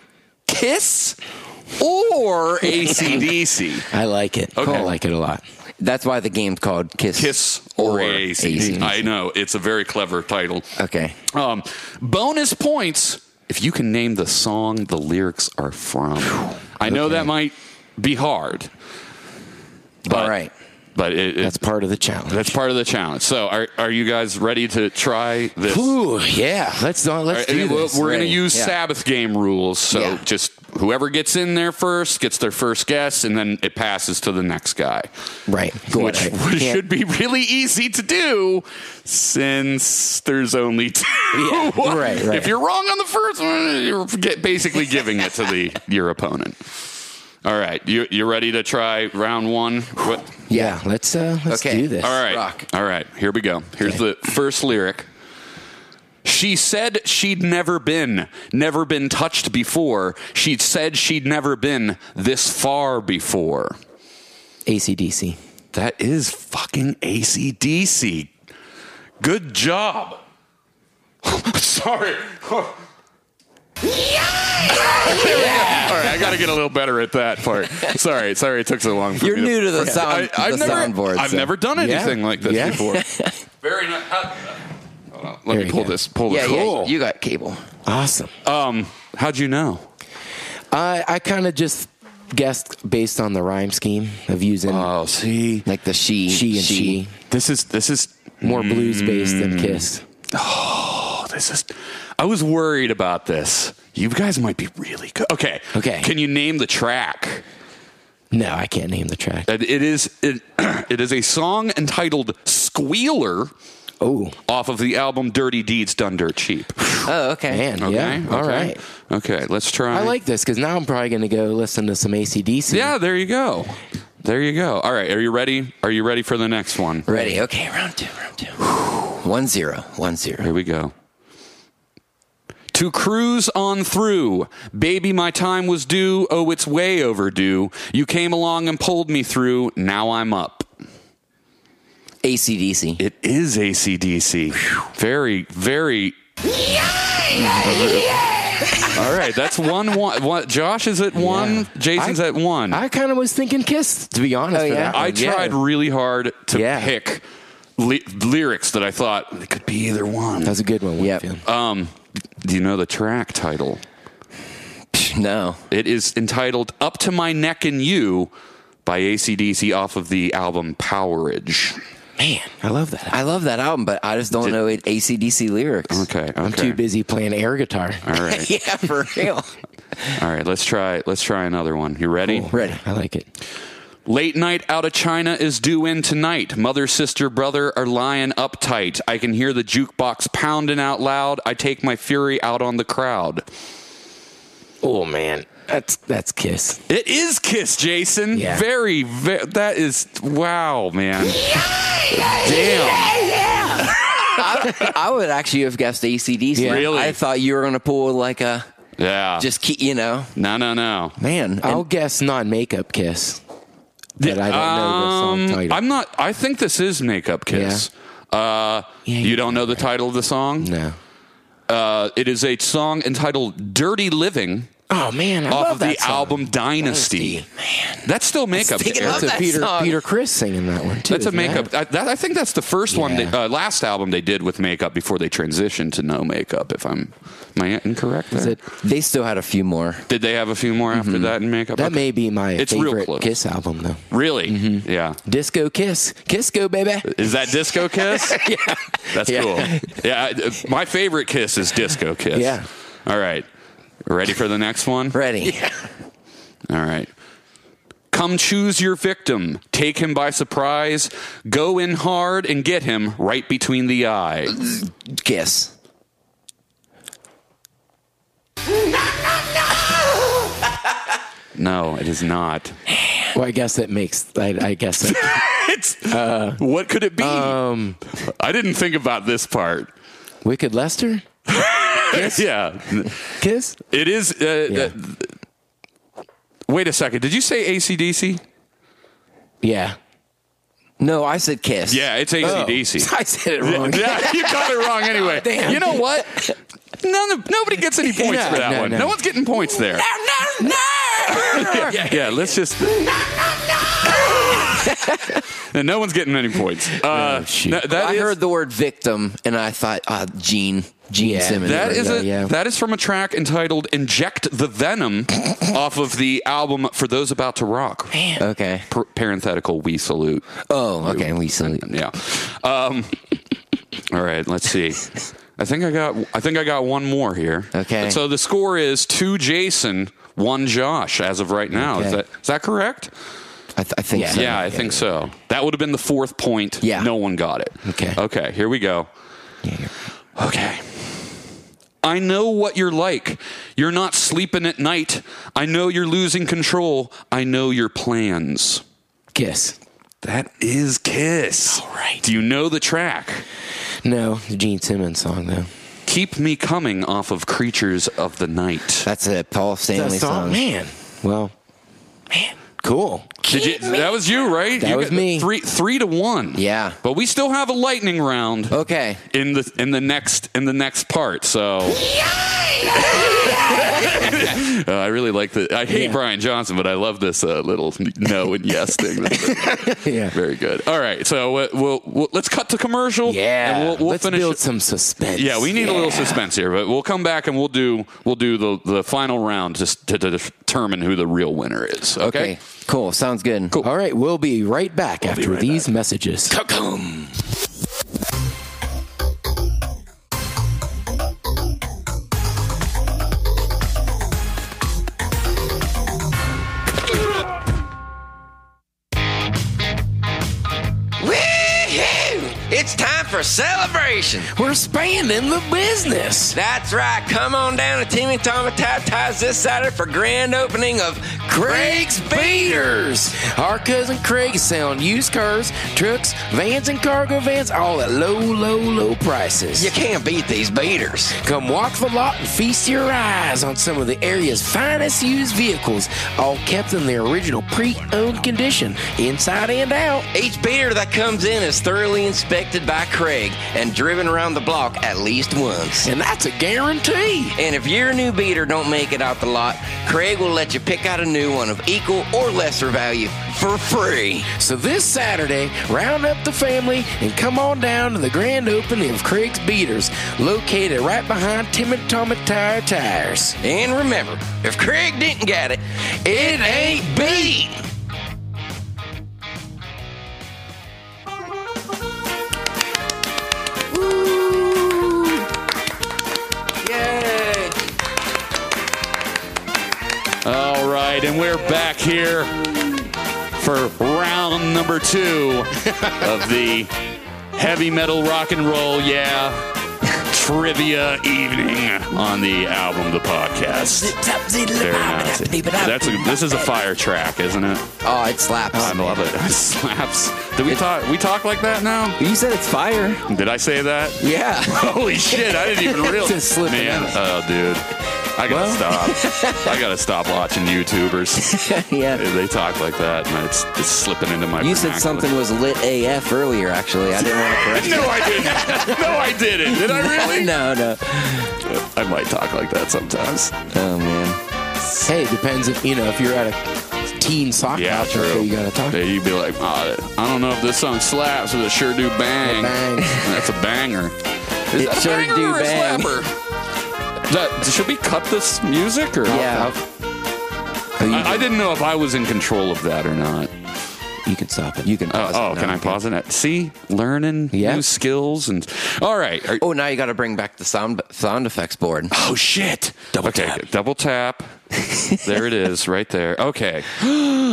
Speaker 2: Kiss or ACDC.
Speaker 1: I like it.
Speaker 2: Okay.
Speaker 1: I like it a lot.
Speaker 3: That's why the game's called Kiss.
Speaker 2: Kiss or,
Speaker 3: AC/DC.
Speaker 2: ACDC. I know it's a very clever title.
Speaker 3: Okay.
Speaker 2: Um, bonus points if you can name the song the lyrics are from. I know that might be hard. But,
Speaker 3: All right.
Speaker 2: But it, it-
Speaker 1: That's part of the challenge.
Speaker 2: that's part of the challenge. So are, are you guys ready to try this?
Speaker 1: Ooh, yeah. Let's uh,
Speaker 2: All
Speaker 1: let's
Speaker 2: right,
Speaker 1: do
Speaker 2: and we'll-
Speaker 1: this.
Speaker 2: We're going to
Speaker 3: Ready.
Speaker 2: use
Speaker 3: Yeah.
Speaker 2: Sabbath game rules. So
Speaker 3: Yeah.
Speaker 2: just whoever gets in there first gets their first guess, and then it passes to the next guy.
Speaker 1: right.
Speaker 2: Which,
Speaker 1: Right.
Speaker 2: which
Speaker 1: Can't-
Speaker 2: should be really easy to do since there's only two.
Speaker 1: right, right.
Speaker 2: If you're wrong on the first one, you're get- basically giving it to the your opponent. All right, you you ready to try round one? What?
Speaker 1: Yeah. Let's uh, let's
Speaker 3: Okay.
Speaker 1: do this.
Speaker 2: All right,
Speaker 3: rock.
Speaker 2: all right. Here we go. Here's the first lyric. She said she'd never been, never been touched before. She said she'd never been this far before.
Speaker 1: ACDC.
Speaker 2: That is fucking ACDC. Good job. Sorry. All right, I got to get a little better at that part. Sorry, sorry, it took so long. For
Speaker 3: You're
Speaker 2: me
Speaker 3: new to the
Speaker 2: I-
Speaker 3: sound.
Speaker 2: I've
Speaker 3: the
Speaker 2: never,
Speaker 3: soundboard.
Speaker 2: I've
Speaker 3: so-
Speaker 2: never done
Speaker 1: Yeah.
Speaker 2: anything like this
Speaker 1: Yeah.
Speaker 2: before. Very nice. Hold on, let
Speaker 1: There
Speaker 2: me
Speaker 1: you
Speaker 2: pull
Speaker 1: go.
Speaker 2: this. Pull
Speaker 3: Yeah,
Speaker 2: this.
Speaker 3: yeah. You got cable.
Speaker 1: Awesome.
Speaker 2: Um, how'd you know?
Speaker 1: Uh, I I kind of just guessed based on the rhyme scheme of using
Speaker 2: Oh, see,
Speaker 3: Like the she.
Speaker 1: she and she.
Speaker 2: this is this is
Speaker 1: More blues based than Kiss.
Speaker 2: This is. I was worried about this. You guys might be really good. Okay.
Speaker 1: Okay.
Speaker 2: Can you name the track?
Speaker 1: No, I can't name the track.
Speaker 2: It it is it, it is a song entitled "Squealer"
Speaker 1: Oh
Speaker 2: off of the album "Dirty Deeds Done Dirt Cheap."
Speaker 3: Oh, okay.
Speaker 1: man,
Speaker 2: Okay.
Speaker 1: yeah. All
Speaker 2: okay.
Speaker 1: right.
Speaker 2: Okay. Let's try.
Speaker 1: I like this because now I'm probably going to go listen to some ACDC.
Speaker 2: Yeah. There you go. There you go. All right. Are you ready? Are you ready for the next one?
Speaker 3: Ready. Okay. Round two. Round two. One zero. One zero.
Speaker 2: Here we go. To cruise on through, baby, my time was due. Oh, it's way overdue. You came along and pulled me through. Now I'm up.
Speaker 3: ACDC.
Speaker 2: It is ACDC. Very, very. All right, that's one. One. one- Josh is at one. Jason's
Speaker 1: I-
Speaker 2: at one. I,
Speaker 1: I kind of was thinking Kiss, to be honest.
Speaker 3: Oh,
Speaker 1: for
Speaker 3: yeah?
Speaker 1: that one.
Speaker 2: tried really hard to
Speaker 1: Yeah.
Speaker 2: pick ly- lyrics that I thought it could be either one.
Speaker 1: That's a good one.
Speaker 3: Yep.
Speaker 1: Whitfield.
Speaker 2: Um, do you know the track title?
Speaker 3: Psh, No.
Speaker 2: It is entitled Up to My Neck in You by ACDC off of the album Powerage.
Speaker 1: Man, I love that.
Speaker 3: I love that album, but I just don't know it ACDC lyrics.
Speaker 2: Okay, okay.
Speaker 1: I'm too busy playing air guitar.
Speaker 2: All right.
Speaker 3: yeah, for real.
Speaker 2: All right, let's try let's try another one. You ready?
Speaker 3: Ready.
Speaker 1: I like it.
Speaker 2: Late night out of China is due in tonight. Mother, sister, brother are lying uptight. I can hear the jukebox pounding out loud. I take my fury out on the crowd.
Speaker 1: Oh man, that's that's Kiss.
Speaker 2: It is Kiss, Jason.
Speaker 1: Yeah.
Speaker 2: Very, ve that is wow, man. Damn.
Speaker 3: I would actually have guessed ACDC.
Speaker 1: Yeah.
Speaker 2: Really?
Speaker 3: I thought you were going to pull like a
Speaker 2: Yeah. Just
Speaker 3: just key, you know,
Speaker 2: no, no, no.
Speaker 3: man. and-
Speaker 1: I'll guess non-makeup Kiss. That I don't know the song title.
Speaker 2: um, I'm not. I think this is Makeup Kiss.
Speaker 1: Yeah,
Speaker 2: Uh, you
Speaker 1: you
Speaker 2: don't know the title of the song?
Speaker 1: no.
Speaker 2: Uh, it is a song entitled "Dirty Living"
Speaker 1: Oh man, I
Speaker 2: off
Speaker 1: love
Speaker 2: of the
Speaker 1: that song.
Speaker 2: album Dynasty. Man, that's still makeup. to
Speaker 3: thinking
Speaker 2: Eric.
Speaker 3: about
Speaker 1: That's a
Speaker 3: that
Speaker 1: Peter
Speaker 3: song.
Speaker 1: Peter Chris singing that one too.
Speaker 2: That's a
Speaker 1: isn't it?
Speaker 2: makeup. I, that, I think that's the first one, they,
Speaker 1: Yeah.
Speaker 2: uh, last album they did with makeup before they transitioned to no makeup. If I'm, am I incorrect?
Speaker 1: Is
Speaker 2: there?
Speaker 1: it- Mm-hmm.
Speaker 3: They still had a few more.
Speaker 2: Did they have a few more after that in makeup?
Speaker 1: that
Speaker 2: Okay.
Speaker 1: may be my
Speaker 2: It's real
Speaker 1: favorite
Speaker 2: close.
Speaker 1: Kiss album though.
Speaker 2: really,
Speaker 1: Mm-hmm.
Speaker 2: yeah.
Speaker 1: Disco Kiss, Kiss Go baby.
Speaker 2: Is that Disco Kiss? yeah, that's
Speaker 1: Yeah.
Speaker 2: cool. Yeah, I- uh, my favorite Kiss is Disco Kiss.
Speaker 1: Yeah.
Speaker 2: All right, ready for the next one?
Speaker 3: Ready?
Speaker 2: All right. Come choose your victim, take him by surprise, go in hard and get him right between the eye.
Speaker 3: Kiss.
Speaker 2: No, it is not.
Speaker 1: Well, I guess that makes. I, I guess that,
Speaker 2: it's what could it be?
Speaker 1: um,
Speaker 2: I didn't think about this part.
Speaker 1: Wicked Lester,
Speaker 2: Yeah,
Speaker 1: Kiss.
Speaker 2: it is. Uh, uh, wait a second. Did you say ACDC?
Speaker 1: Yeah,
Speaker 3: No, I said Kiss.
Speaker 2: Yeah, it's ACDC.
Speaker 1: I said it wrong.
Speaker 2: Yeah, you got it wrong anyway. You know what? None of, nobody gets any points
Speaker 1: No,
Speaker 2: for that
Speaker 1: no,
Speaker 2: one.
Speaker 1: no.
Speaker 2: No. one's getting points there.
Speaker 3: No, no, no.
Speaker 2: Yeah, yeah, let's just. and no one's getting any points. Uh,
Speaker 1: shoot.
Speaker 2: no, that
Speaker 3: I
Speaker 2: is-
Speaker 3: heard the word victim, and I thought, ah, Gene, Gene
Speaker 1: Yeah.
Speaker 3: Simmons.
Speaker 2: That is
Speaker 1: Yeah,
Speaker 2: a
Speaker 1: yeah.
Speaker 2: that is from a track entitled "Inject the Venom" off of the album "For Those About to Rock."
Speaker 3: okay.
Speaker 2: Par- parenthetical, we salute.
Speaker 3: Oh, okay. We salute.
Speaker 2: Yeah. Um, all right. Let's see. I think I got I think I got one more here.
Speaker 3: Okay.
Speaker 2: So the score is two Jason, one Josh as of right now. Is
Speaker 3: Okay.
Speaker 2: that is that correct?
Speaker 3: I, th- I think so.
Speaker 2: yeah, I think so. That would have been the fourth point.
Speaker 3: Yeah.
Speaker 2: No one got it.
Speaker 1: Okay.
Speaker 2: Okay, here we go. Okay. I know what you're like. You're not sleeping at night. I know you're losing control. I know your plans.
Speaker 1: Kiss.
Speaker 2: That is Kiss. All right. Do you know the track?
Speaker 1: No, Gene Simmons song though.
Speaker 2: Keep Me Coming off of Creatures of the Night.
Speaker 3: That's a Paul Stanley song.
Speaker 1: man. Well, man, cool.
Speaker 2: Did you, that was you, right?
Speaker 1: That
Speaker 2: You
Speaker 1: was
Speaker 2: got
Speaker 1: me.
Speaker 2: Three, three to one.
Speaker 3: Yeah.
Speaker 2: But we still have a lightning round.
Speaker 3: Okay.
Speaker 2: in the in the next in the next part. So Uh, I really like the. I hate Brian Johnson, but I love this uh, little no and yes thing.
Speaker 1: Yeah.
Speaker 2: Very good. All right, so uh, we'll, we'll let's cut to commercial.
Speaker 1: Yeah.
Speaker 2: and we'll, we'll
Speaker 1: Let's
Speaker 2: finish.
Speaker 1: build
Speaker 2: it-
Speaker 1: some suspense.
Speaker 2: yeah, we need a little suspense here, but we'll come back and we'll do we'll do the the final round just to, to determine who the real winner is. Okay.
Speaker 3: Okay. Cool. Sounds good. Cool.
Speaker 1: All right, we'll be right back after these messages.
Speaker 3: Woohoo! It's time for celebration.
Speaker 1: We're expanding the business.
Speaker 3: That's right. Come on down to Timmy Tama Tap Ties this Saturday for grand opening of Craig's
Speaker 1: Craig's Beaters. Our cousin Craig is selling used cars, trucks, vans, and cargo vans all at low, low, low prices.
Speaker 3: You can't beat these beaters.
Speaker 1: Come walk the lot and feast your eyes on some of the area's finest used vehicles, all kept in their original pre owned condition, inside and out.
Speaker 3: Each beater that comes in is thoroughly inspected by Craig and driven around the block at least once.
Speaker 1: And that's a guarantee.
Speaker 3: And if your new beater don't make it out the lot, Craig will let you pick out a new one of equal or lesser value for free.
Speaker 1: So this Saturday, round up the family and come on down to the grand opening of Craig's Beaters, located right behind Tim and Tom at Tire Tires.
Speaker 3: And remember, if Craig didn't get it, it ain't beat. Yay!
Speaker 2: All right, and we're back here for round number two of the heavy metal rock and roll, yeah, trivia evening on the album, the podcast. Very nice. That's a, this is a fire track, isn't it?
Speaker 3: Oh, it slaps.
Speaker 2: I love it. It slaps. Did we talk? We talk like that now?
Speaker 3: you said it's fire.
Speaker 2: Did I say that?
Speaker 3: Yeah.
Speaker 2: Holy shit! I didn't even realize.
Speaker 1: Just slipping
Speaker 2: Man, oh dude, I gotta stop. I gotta stop watching YouTubers.
Speaker 3: yeah.
Speaker 2: They talk like that, and it's, it's slipping into my.
Speaker 3: You said
Speaker 2: vernacular.
Speaker 3: something was lit AF earlier, actually. I didn't want to correct
Speaker 2: No, I didn't. no, I didn't. Did I
Speaker 3: you.
Speaker 2: really?
Speaker 3: no, no.
Speaker 2: I might talk like that sometimes.
Speaker 3: Oh, man.
Speaker 1: Hey, it depends if you know if you're at a teen sock
Speaker 2: Yeah,
Speaker 1: concert, so
Speaker 2: true.
Speaker 1: you gotta talk.
Speaker 2: Yeah, you'd be like, "Oh, I don't know if this song slaps, but it sure do bang.
Speaker 1: Bang.
Speaker 2: That's a banger. Is
Speaker 3: It
Speaker 2: that a
Speaker 3: sure
Speaker 2: banger
Speaker 3: do
Speaker 2: or a
Speaker 3: bang.
Speaker 2: slapper? That- should we cut this music or?
Speaker 3: Yeah.
Speaker 1: Oh, you,
Speaker 2: I, I didn't know if I was in control of that or not.
Speaker 1: you can stop it.
Speaker 3: You can.
Speaker 2: Uh,
Speaker 3: Pause
Speaker 2: oh,
Speaker 3: it now.
Speaker 2: can I pause it? See, learning
Speaker 1: Yeah.
Speaker 2: new skills and all right. Are-
Speaker 3: Oh, now you got to bring back the sound sound effects board.
Speaker 2: oh shit!
Speaker 3: Double
Speaker 2: okay,
Speaker 3: tap.
Speaker 2: good. double tap. there it is, right there. Okay.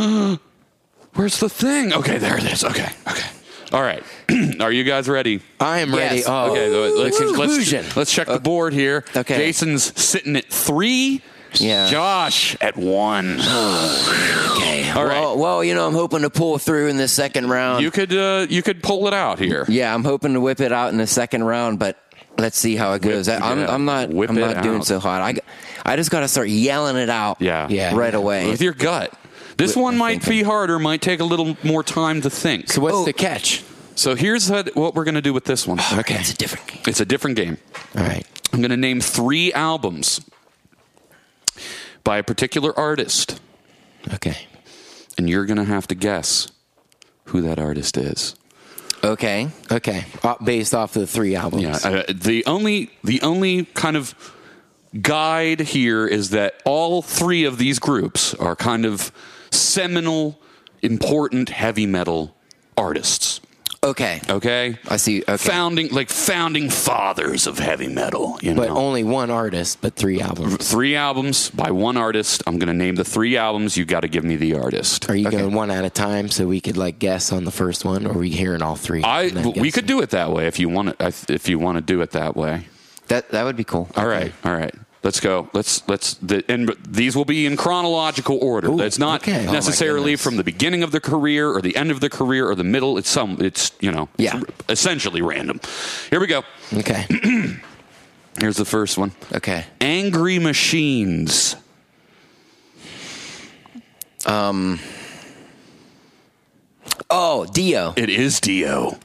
Speaker 2: Where's the thing? Okay, there it is. Okay, okay. All right. Are you guys ready?
Speaker 1: I am ready.
Speaker 3: Yes.
Speaker 1: Oh,
Speaker 2: Okay, so let's,
Speaker 1: Conclusion.
Speaker 2: let's, let's check the board here.
Speaker 3: Okay.
Speaker 2: Jason's sitting at three.
Speaker 3: Yeah.
Speaker 2: Josh at one.
Speaker 3: Okay.
Speaker 2: All right.
Speaker 3: well, well, you know, I'm hoping to pull through in this second round.
Speaker 2: You could uh, you could pull it out here.
Speaker 3: yeah, I'm hoping to whip it out in the second round, but let's see how it goes.
Speaker 2: it
Speaker 3: I, am
Speaker 2: out.
Speaker 3: I'm not.
Speaker 2: Whip
Speaker 3: I'm
Speaker 2: it
Speaker 3: not doing
Speaker 2: out.
Speaker 3: so hot. I, I just got to start yelling it out.
Speaker 2: Yeah.
Speaker 1: Yeah.
Speaker 3: Right away.
Speaker 2: With your gut. This one might
Speaker 3: thinking.
Speaker 2: be harder, might take a little more time to think.
Speaker 1: So what's
Speaker 3: Oh.
Speaker 1: the catch?
Speaker 2: So here's what what we're going to do with this one.
Speaker 1: Okay.
Speaker 3: It's a different. game.
Speaker 2: It's a different game.
Speaker 1: All right.
Speaker 2: I'm going to name three albums by a particular artist,
Speaker 1: Okay.
Speaker 2: and you're going to have to guess who that artist is.
Speaker 3: Okay.
Speaker 1: Okay. Uh, based off the three albums.
Speaker 2: Yeah, uh, the only the only kind of guide here is that all three of these groups are kind of seminal, important heavy metal artists.
Speaker 3: Okay.
Speaker 2: Okay,
Speaker 3: I see. Okay.
Speaker 2: founding like founding fathers of heavy metal. You
Speaker 1: but
Speaker 2: know,
Speaker 1: only one artist, but three albums.
Speaker 2: three albums by one artist. I'm going to name the three albums. You got to give me the artist.
Speaker 1: Are you going one at a time so we could like guess on the first one, or are we hearing all three?
Speaker 2: I
Speaker 1: and then
Speaker 2: we
Speaker 1: guessing?
Speaker 2: could do it that way if you want to if you want to do it that way.
Speaker 3: That that would be cool.
Speaker 2: All right, all right. Let's go. Let's let's. The, and these will be in chronological order. it's not
Speaker 1: okay. Oh, my
Speaker 2: necessarily
Speaker 3: goodness.
Speaker 2: from the beginning of the career or the end of the career or the middle. It's some. It's you know. it's
Speaker 3: Yeah.
Speaker 2: essentially random. Here we go.
Speaker 1: Okay.
Speaker 2: Here's the first one.
Speaker 3: Okay.
Speaker 2: Angry Machines.
Speaker 3: Oh, Dio.
Speaker 2: It is Dio.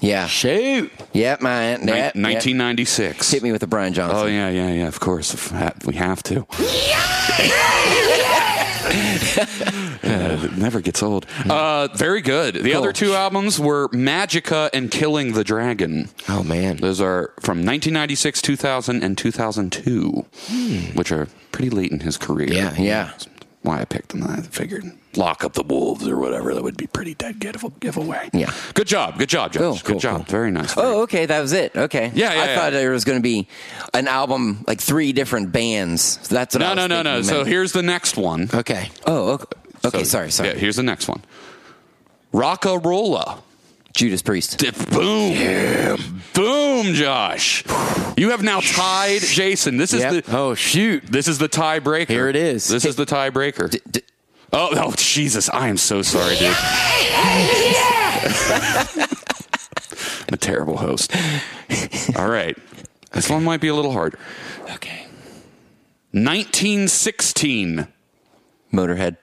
Speaker 3: Yeah.
Speaker 1: Shoot.
Speaker 3: Yep, man.
Speaker 2: Nin-
Speaker 3: That, that
Speaker 2: 1996.
Speaker 3: hit me with the Brian
Speaker 2: Oh
Speaker 3: Johnson.
Speaker 2: yeah, yeah, yeah. Of course, If ha- we have to. Yeah, it never gets old. Uh, very good. The other two albums were Magica and Killing the Dragon.
Speaker 1: Oh man.
Speaker 2: Those are from 1996, 2000, and 2002, which are pretty late in his career.
Speaker 1: Yeah,
Speaker 3: Hmm. yeah.
Speaker 2: That's why I picked them. I figured lock up the wolves or whatever. That would be pretty dead give- giveaway.
Speaker 3: Yeah.
Speaker 2: Good job. Good job, Josh.
Speaker 3: Cool,
Speaker 2: good
Speaker 3: cool,
Speaker 2: job. Very nice.
Speaker 3: Oh, okay. That was it. Okay.
Speaker 2: Yeah, yeah,
Speaker 3: I
Speaker 2: yeah.
Speaker 3: thought there was going to be an album, like three different bands. So that's what I
Speaker 2: no,
Speaker 3: was
Speaker 2: no, no,
Speaker 3: thinking,
Speaker 2: no. So
Speaker 3: man.
Speaker 2: here's the next one.
Speaker 1: Okay.
Speaker 3: Oh, okay. Okay,
Speaker 2: So-
Speaker 3: sorry, sorry.
Speaker 2: Yeah, here's the next one. Rockarola.
Speaker 3: Judas Priest.
Speaker 2: D- Boom. Boom, Josh. You have now tied Jason. This is
Speaker 1: Yep.
Speaker 2: the
Speaker 1: Oh shoot.
Speaker 2: this is the tiebreaker.
Speaker 1: Here it is.
Speaker 2: This is the tiebreaker.
Speaker 3: D-
Speaker 2: Oh, oh Jesus, I am so sorry, dude. I'm a terrible host. All right. This one might be a little hard.
Speaker 3: okay.
Speaker 2: 1916.
Speaker 3: Motorhead.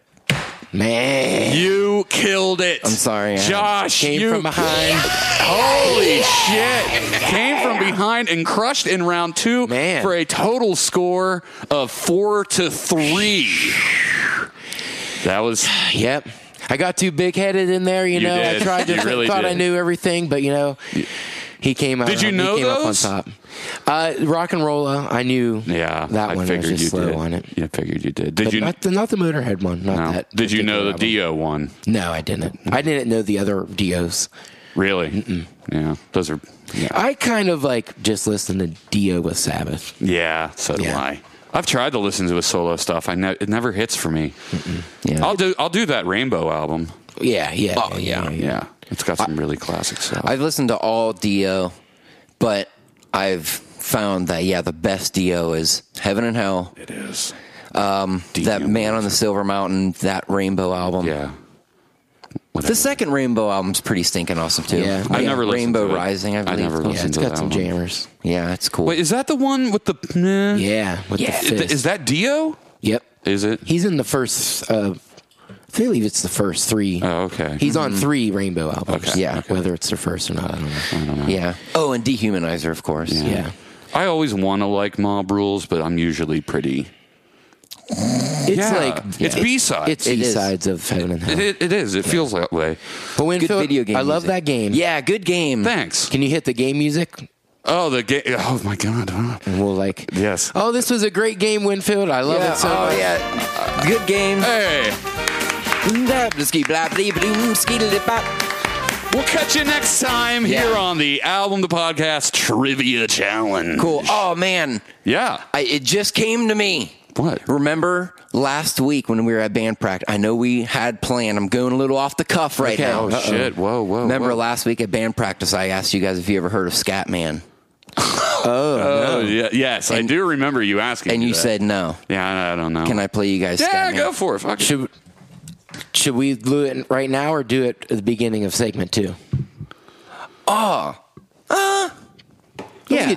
Speaker 1: Man.
Speaker 2: You killed it. I'm
Speaker 3: sorry, I
Speaker 2: Josh.
Speaker 1: Came
Speaker 2: you
Speaker 1: from behind.
Speaker 2: Holy shit! Came from behind and crushed in round two
Speaker 1: Man.
Speaker 2: for a total score of four to three. That was
Speaker 1: Yep. I got too big headed in there, you,
Speaker 2: You
Speaker 1: know. I
Speaker 2: did.
Speaker 1: tried to
Speaker 2: You really
Speaker 1: thought I
Speaker 2: did.
Speaker 1: knew everything, but you know, he came out.
Speaker 2: Did you
Speaker 1: he
Speaker 2: know
Speaker 1: came
Speaker 2: those?
Speaker 1: up on top? Uh, rock and rolla, I knew.
Speaker 2: yeah.
Speaker 1: that
Speaker 2: I
Speaker 1: one
Speaker 2: figured
Speaker 1: was just
Speaker 2: you
Speaker 1: slow
Speaker 2: did.
Speaker 1: on it.
Speaker 2: Yeah, I figured you did. Did
Speaker 1: But
Speaker 2: you?
Speaker 1: not the not the Motorhead one, not
Speaker 2: no.
Speaker 1: that.
Speaker 2: did you know the
Speaker 1: particular album.
Speaker 2: Dio one?
Speaker 1: No, I didn't. I didn't know the other Dios.
Speaker 2: Really? Yeah. Those are. Yeah.
Speaker 1: I kind of like just listened to Dio with Sabbath.
Speaker 2: Yeah. So do
Speaker 1: Yeah.
Speaker 2: I. I've tried to listen to his solo stuff. I ne- it never hits for me.
Speaker 3: Yeah.
Speaker 2: I'll do. I'll do that Rainbow album.
Speaker 1: Yeah, yeah,
Speaker 3: Oh, yeah.
Speaker 2: Yeah. It's got some really classic stuff.
Speaker 3: I've listened to all Dio, but I've found that, yeah, the best Dio is Heaven and Hell,
Speaker 2: it is.
Speaker 3: that Man on the Silver Mountain, that Rainbow album.
Speaker 2: Yeah.
Speaker 3: The second Rainbow album's pretty stinking awesome, too.
Speaker 1: Yeah.
Speaker 2: I never listened
Speaker 3: Rainbow
Speaker 2: to it.
Speaker 3: Rising, I
Speaker 2: I
Speaker 3: believe.
Speaker 2: never
Speaker 1: yeah
Speaker 2: listened.
Speaker 1: it's
Speaker 2: to
Speaker 1: got
Speaker 2: that
Speaker 1: some
Speaker 2: one.
Speaker 1: jammers.
Speaker 3: Yeah, it's cool.
Speaker 2: Wait, is that the one with the? nah?
Speaker 1: Yeah, with
Speaker 3: Yeah.
Speaker 1: the
Speaker 2: Is,
Speaker 1: fist.
Speaker 2: th- is that Dio?
Speaker 1: yep.
Speaker 2: Is it?
Speaker 1: He's in the first. Uh, I believe it's the first three.
Speaker 2: Oh, okay.
Speaker 1: He's on three Rainbow albums.
Speaker 2: Okay. Mm-hmm.
Speaker 1: Yeah, whether it's the first or not, I don't know.
Speaker 3: Yeah. Oh, and Dehumanizer, of course.
Speaker 1: Yeah.
Speaker 2: I always want to like mob rules, but I'm usually pretty
Speaker 1: It's
Speaker 2: yeah.
Speaker 1: like
Speaker 2: It's B-sides.
Speaker 1: It's
Speaker 3: It
Speaker 1: B
Speaker 3: is.
Speaker 1: sides of heaven and hell.
Speaker 2: It, it, it is. It feels that way.
Speaker 1: But when
Speaker 3: Good
Speaker 1: Phil-
Speaker 3: video game.
Speaker 1: I love
Speaker 3: music.
Speaker 1: that game.
Speaker 3: Yeah, good game.
Speaker 2: Thanks.
Speaker 1: Can you hit the game music?
Speaker 2: Oh, the game. Oh my god. Huh.
Speaker 1: And we'll like.
Speaker 2: Yes.
Speaker 1: Oh, this was a great game, Winfield. I love
Speaker 3: Yeah,
Speaker 1: it so
Speaker 3: oh,
Speaker 1: much.
Speaker 3: yeah. Good game.
Speaker 2: Hey,
Speaker 3: Blablaski, blabli, bloom, skididibop.
Speaker 2: we'll catch you next time here
Speaker 3: Yeah.
Speaker 2: on the album, the podcast trivia challenge.
Speaker 3: Cool. Oh, man.
Speaker 2: Yeah.
Speaker 3: I, it just came to me.
Speaker 2: What?
Speaker 3: Remember last week when we were at band practice? I know we had planned. I'm going a little off the cuff right
Speaker 1: Okay.
Speaker 3: now.
Speaker 2: Oh shit! Whoa, whoa.
Speaker 3: Remember
Speaker 2: whoa.
Speaker 3: last week at band practice, I asked you guys if you ever heard of Scatman,
Speaker 2: Oh yeah, yes, I
Speaker 3: uh, And-
Speaker 2: do remember you asking.
Speaker 3: and
Speaker 2: me
Speaker 3: you
Speaker 2: that.
Speaker 3: said no.
Speaker 2: "Yeah, I don't know."
Speaker 3: Can I play you guys?
Speaker 2: Yeah,
Speaker 3: Scatman?
Speaker 2: go for it. Fuck it.
Speaker 1: Should should we do it right now or do it at the beginning of segment two? Oh. Uh, Ah. yeah.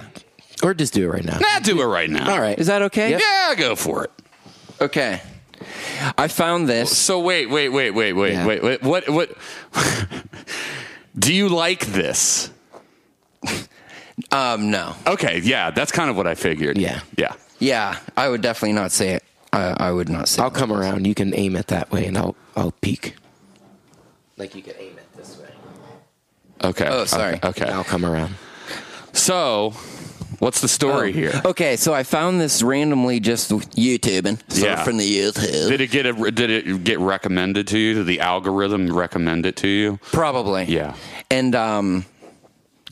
Speaker 1: or just do it right now.
Speaker 2: Nah, do it right now.
Speaker 1: All right.
Speaker 3: Is that okay?
Speaker 2: Yeah, go for it.
Speaker 3: Okay. I found this.
Speaker 2: So wait, wait, wait, wait, wait,
Speaker 1: Yeah.
Speaker 2: wait, wait. What? What? do you like this?
Speaker 3: Um, no.
Speaker 2: Okay, yeah, that's kind of what I figured.
Speaker 1: Yeah.
Speaker 2: yeah.
Speaker 3: Yeah, I would definitely not say it. I, I would not say.
Speaker 1: I'll
Speaker 3: it.
Speaker 1: come around. You can aim it that way, and I'll I'll peek. Like you could aim it this way.
Speaker 2: Okay.
Speaker 3: Oh, sorry.
Speaker 2: Okay.
Speaker 1: And I'll come around.
Speaker 2: So, what's the
Speaker 3: Oh.
Speaker 2: story here?
Speaker 3: Okay, so I found this randomly just YouTubing. So
Speaker 2: Yeah.
Speaker 3: from the YouTube.
Speaker 2: Did it get a, did it get recommended to you? Did the algorithm recommend it to you?
Speaker 3: Probably.
Speaker 2: Yeah.
Speaker 3: And um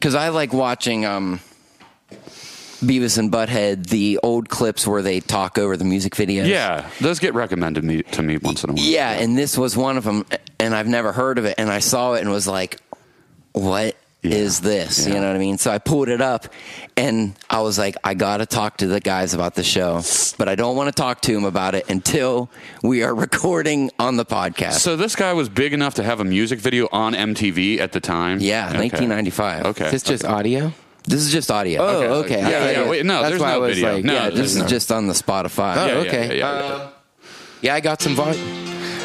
Speaker 3: cuz I like watching um Beavis and Butthead, the old clips where they talk over the music videos.
Speaker 2: Yeah, those get recommended me, to me once in a while.
Speaker 3: Yeah, and this was one of them and I've never heard of it and I saw it and was like what is
Speaker 2: Yeah.
Speaker 3: this?
Speaker 2: Yeah.
Speaker 3: You know what I mean? So I pulled it up and I was like, I gotta talk to the guys about the show, but I don't want to talk to them about it until we are recording on the podcast.
Speaker 2: So this guy was big enough to have a music video on MTV at the time.
Speaker 3: yeah,
Speaker 2: Okay.
Speaker 3: 1995.
Speaker 2: Okay.
Speaker 1: Is this just audio?
Speaker 3: This is just audio.
Speaker 1: Oh, okay.
Speaker 2: Yeah, yeah,
Speaker 1: I-
Speaker 2: yeah. Wait, no,
Speaker 1: that's
Speaker 2: there's
Speaker 1: why
Speaker 2: no
Speaker 1: I was
Speaker 2: video.
Speaker 1: like,
Speaker 2: No,
Speaker 1: yeah,
Speaker 2: there's
Speaker 3: This
Speaker 2: no-
Speaker 3: is just on the Spotify.
Speaker 1: Oh,
Speaker 2: Yeah, yeah,
Speaker 1: okay.
Speaker 2: yeah, yeah, yeah.
Speaker 1: Uh, yeah, I got some volume.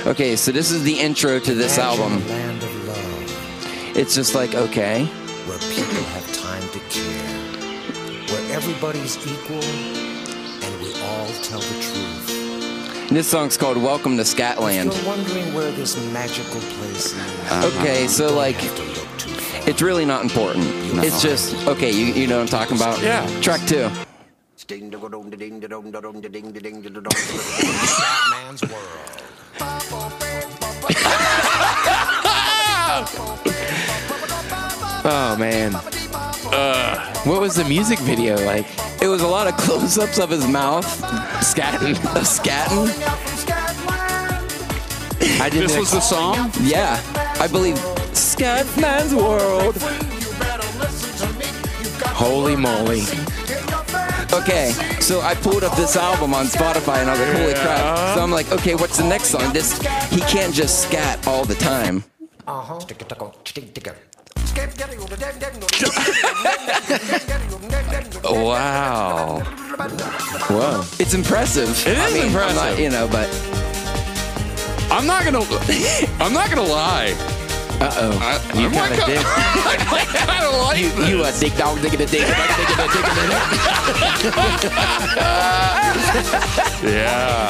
Speaker 3: Okay, so this is the intro to this album.
Speaker 5: Land of love,
Speaker 3: It's just like, okay,
Speaker 5: where people have time to care, where everybody's equal, and we all tell the truth.
Speaker 3: this song's called Welcome to
Speaker 5: If
Speaker 3: Scotland.
Speaker 5: you're wondering where this magical place is,
Speaker 3: Okay, so
Speaker 5: don't
Speaker 3: like,
Speaker 5: have to look too far.
Speaker 3: it's really not important. It's just, okay, you, you know what I'm talking about?
Speaker 2: Yeah.
Speaker 3: Track two.
Speaker 5: Man's world.
Speaker 1: Oh man. what was the music video like?
Speaker 3: It was a lot of close ups of his mouth,
Speaker 1: Scatting.
Speaker 3: of scatting.
Speaker 1: I didn't.
Speaker 2: This was the song.
Speaker 3: Yeah, I believe Scatman's World.
Speaker 1: Holy moly!
Speaker 3: Okay, so I pulled up this album on Spotify and I was like, holy crap. So I'm like, okay, what's the next song? This, he can't just scat all the time.
Speaker 2: Wow.
Speaker 1: Whoa.
Speaker 3: It's impressive.
Speaker 2: It
Speaker 3: I
Speaker 2: is
Speaker 3: mean, I'm
Speaker 2: impressive.
Speaker 3: not- you know, but
Speaker 2: I'm not gonna. I'm not gonna lie.
Speaker 1: Uh
Speaker 2: I,
Speaker 1: You
Speaker 2: I'm
Speaker 1: kinda
Speaker 2: like,
Speaker 1: did.
Speaker 2: I kind of like
Speaker 1: oh.
Speaker 2: this.
Speaker 1: You a dick dog, digging a dick, digging a dick, digging
Speaker 2: yeah.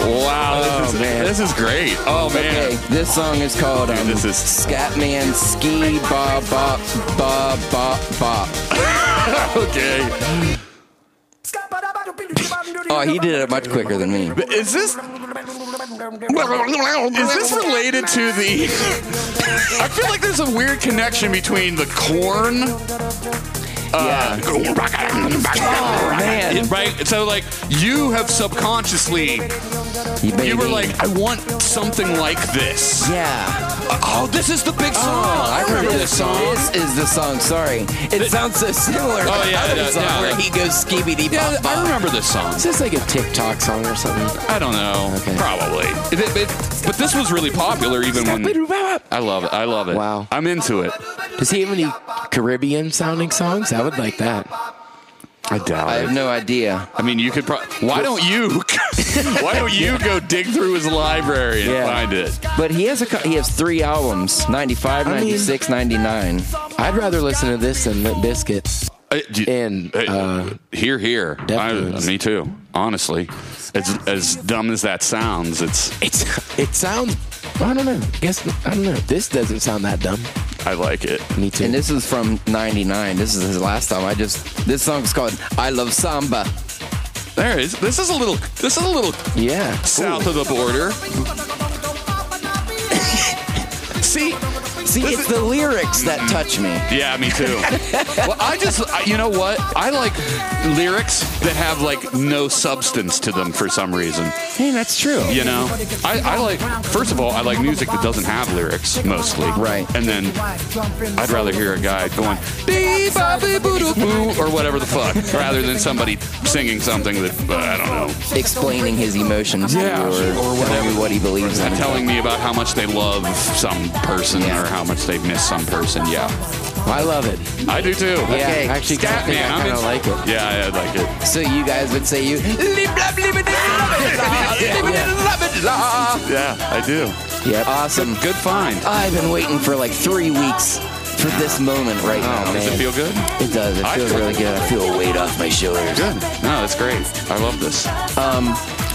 Speaker 2: Wow. this, is,
Speaker 1: man.
Speaker 2: this is great. Oh man.
Speaker 3: okay, this song is called um,
Speaker 2: this is-
Speaker 3: Scatman Ski Ba Ba Ba Ba Ba.
Speaker 2: Okay.
Speaker 3: Oh, he did it much quicker than me.
Speaker 2: But Is this? Is this related to the? I feel like there's a weird connection between the corn. Uh, Oh,
Speaker 3: man.
Speaker 2: Right. So like you have subconsciously
Speaker 3: You,
Speaker 2: you were
Speaker 3: baby.
Speaker 2: like I want something like this.
Speaker 3: yeah.
Speaker 2: Oh, this is the big song. I remember this song.
Speaker 3: This is the song. Sorry, it sounds so similar.
Speaker 2: Oh,
Speaker 3: to
Speaker 2: yeah,
Speaker 3: the other
Speaker 2: yeah,
Speaker 3: song
Speaker 2: yeah.
Speaker 3: where he goes skibby dee
Speaker 2: Yeah,
Speaker 3: ba
Speaker 2: I
Speaker 3: ba.
Speaker 2: remember this song.
Speaker 1: Is this like a TikTok song or something?
Speaker 2: I don't know.
Speaker 1: Okay.
Speaker 2: Probably. It- it- it- but this was really popular even when. I love it. I love it.
Speaker 1: Wow.
Speaker 2: I'm into it.
Speaker 1: Does he have any Caribbean sounding songs? I would like that.
Speaker 2: I doubt
Speaker 3: I
Speaker 2: it.
Speaker 3: have no idea.
Speaker 2: I mean, you could probably. Why don't you? why don't you go dig through his library and
Speaker 1: Yeah.
Speaker 2: find it?
Speaker 3: But he has a co- he has three albums: 95,
Speaker 1: I mean-
Speaker 3: 96, 99.
Speaker 1: I'd rather listen to this than Limp Bizkit.
Speaker 2: Uh, d-
Speaker 1: And,
Speaker 2: uh,
Speaker 1: uh,
Speaker 2: here, here. I,
Speaker 1: Deftones.
Speaker 2: me too. Honestly, as as dumb as that sounds, it's
Speaker 1: It's it sounds. I don't know. Guess I don't know. This doesn't sound that dumb.
Speaker 2: I like it.
Speaker 1: Me too.
Speaker 3: And this is from 99. This is his last album. I just, this song's called I Love Samba.
Speaker 2: There is. This is a little. This is a little
Speaker 1: yeah.
Speaker 2: south of the border. See,
Speaker 3: See,
Speaker 2: This
Speaker 3: it's
Speaker 2: is- Mm-hmm.
Speaker 3: the lyrics that touch me.
Speaker 2: Yeah, me too. well, I just, I, you know what? I like lyrics that have like no substance to them for some reason.
Speaker 1: Hey, that's true.
Speaker 2: You know, I, I like. First of all, I like music that doesn't have lyrics mostly.
Speaker 3: Right.
Speaker 2: And then I'd rather hear a guy going bee ba bee boo doo boo or whatever the fuck, rather than somebody singing something that uh, I don't know
Speaker 3: Explaining his emotions to
Speaker 2: Yeah,
Speaker 3: you or,
Speaker 2: or
Speaker 3: telling
Speaker 2: whatever.
Speaker 3: you what he believes in.
Speaker 2: and telling me about how much they love some person or how much they miss some person. Yeah,
Speaker 1: I love it.
Speaker 2: I do too.
Speaker 1: Yeah,
Speaker 3: Okay.
Speaker 1: I actually,
Speaker 2: Scat
Speaker 1: kinda think
Speaker 2: man,
Speaker 1: I
Speaker 2: I'm
Speaker 1: kind of
Speaker 2: in-
Speaker 1: like it.
Speaker 2: Yeah, I like it.
Speaker 3: So you guys would say you.
Speaker 2: Yeah, I do.
Speaker 1: Yep.
Speaker 3: Awesome.
Speaker 2: Good find.
Speaker 3: I've been waiting for like three weeks for this moment right
Speaker 1: Oh,
Speaker 3: now.
Speaker 2: Oh, Does it
Speaker 3: man.
Speaker 2: feel good?
Speaker 3: It does. It
Speaker 2: I
Speaker 3: feels
Speaker 2: feel-
Speaker 3: really good. I feel a weight off my shoulders.
Speaker 2: Good. No, that's great. I love this.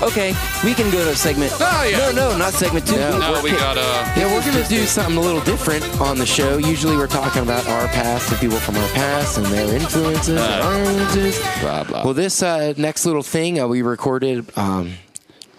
Speaker 3: Okay, we can go to segment.
Speaker 2: Oh, yeah.
Speaker 3: No, no, not segment two.
Speaker 1: No.
Speaker 2: No, we
Speaker 3: We're-
Speaker 2: got uh
Speaker 1: Yeah, we're gonna do something a little different on the show. Usually, we're talking about our past and people from our past and their influences and our influences.
Speaker 2: blah blah.
Speaker 1: Well, this uh, next little thing uh, we recorded um,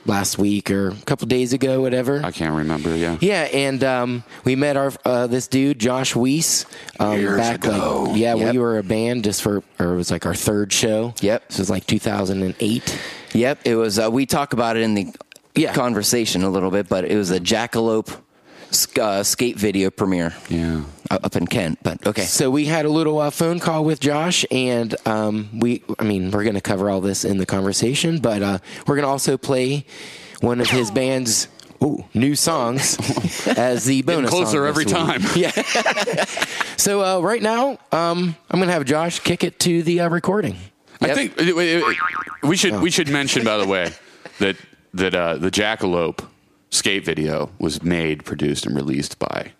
Speaker 1: last week or a couple days ago, whatever.
Speaker 2: I can't remember. Yeah.
Speaker 1: Yeah, and um, we met our uh, this dude Josh Weiss um,
Speaker 2: Years
Speaker 1: back like-
Speaker 2: ago.
Speaker 1: yeah,
Speaker 3: Yep.
Speaker 1: we were a band just for or it was like our third show.
Speaker 3: Yep.
Speaker 1: this was like 2008.
Speaker 3: Yep, it was. Uh, we talk about it in the
Speaker 1: Yeah.
Speaker 3: conversation a little bit, but it was a Jackalope sk- uh, skate video premiere
Speaker 2: Yeah.
Speaker 3: uh, up in Kent. But okay,
Speaker 1: So we had a little uh, phone call with Josh, and um, we I mean we're going to cover all this in the conversation, but uh, we're going to also play one of his band's. ooh, new songs as the bonus. song
Speaker 2: Closer
Speaker 1: this
Speaker 2: every
Speaker 1: week.
Speaker 2: time.
Speaker 1: So uh, right now, um, I'm gonna have Josh kick it to the uh, recording.
Speaker 2: I think uh, wait, wait, wait. we should we should mention by the way that that uh, the Jackalope skate video was made, produced, and released by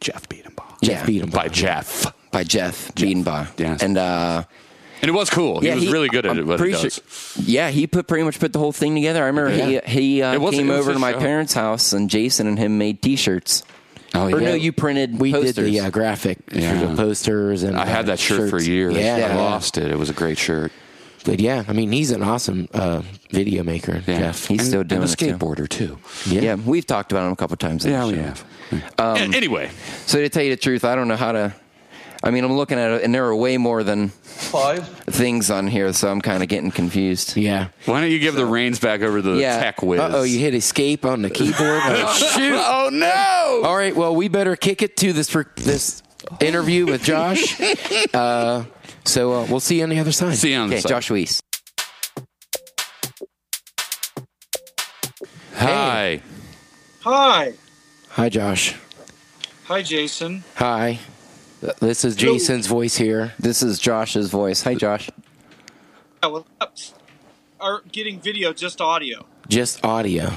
Speaker 2: Jeff Beatenbaugh.
Speaker 1: Jeff
Speaker 3: Yeah.
Speaker 1: beat him.
Speaker 2: By Jeff.
Speaker 3: by Jeff Beatenbaugh.
Speaker 2: Yes.
Speaker 3: and uh,
Speaker 2: And it was cool. He
Speaker 3: yeah,
Speaker 2: was really good at
Speaker 3: I'm
Speaker 2: it. What he
Speaker 3: pretty
Speaker 2: does.
Speaker 3: sure- yeah, he put pretty much put the whole thing together. I remember
Speaker 1: Yeah.
Speaker 3: he he uh,
Speaker 2: It was-
Speaker 3: came
Speaker 2: it was
Speaker 3: over
Speaker 2: his
Speaker 3: to my
Speaker 2: show.
Speaker 3: parents' house, and Jason and him made T-shirts.
Speaker 2: Oh,
Speaker 3: Or
Speaker 2: yeah.
Speaker 3: no, you printed
Speaker 1: We
Speaker 3: posters.
Speaker 1: did the uh, graphic
Speaker 2: Yeah.
Speaker 1: for the posters, and
Speaker 2: I had
Speaker 1: uh,
Speaker 2: that
Speaker 1: shirts.
Speaker 2: shirt for years.
Speaker 1: Yeah,
Speaker 2: I
Speaker 1: yeah.
Speaker 2: lost it. It was a great shirt.
Speaker 1: But yeah, I mean, he's an awesome uh, video maker,
Speaker 2: Yeah.
Speaker 1: Jeff.
Speaker 3: He's
Speaker 2: And-
Speaker 3: still doing
Speaker 2: and
Speaker 3: it,
Speaker 2: a
Speaker 3: too.
Speaker 2: skateboarder too. Oh,
Speaker 1: yeah.
Speaker 3: yeah, we've talked about him a couple times. on the show.
Speaker 2: A- anyway,
Speaker 3: So to tell you the truth, I don't know how to. I mean, I'm looking at it, and there are way more than things on here, so I'm kind of getting confused.
Speaker 1: Yeah.
Speaker 2: why don't you give the reins back over to the
Speaker 3: Yeah.
Speaker 2: tech whiz?
Speaker 1: Uh oh, you hit escape on the keyboard. Oh, shoot.
Speaker 2: Oh no!
Speaker 1: All right, well, we better kick it to this rec- this interview with Josh. Uh, so uh, we'll see you on the other side.
Speaker 2: See you on the
Speaker 3: Okay,
Speaker 2: side.
Speaker 3: Josh Weiss.
Speaker 2: Hi.
Speaker 6: Hi.
Speaker 1: Hi, Josh.
Speaker 6: Hi, Jason.
Speaker 1: Hi. Th- This is Jason's voice here.
Speaker 3: This is Josh's voice. Hi, Josh.
Speaker 6: Yeah, well, that's- Are getting video, just audio.
Speaker 1: Just audio.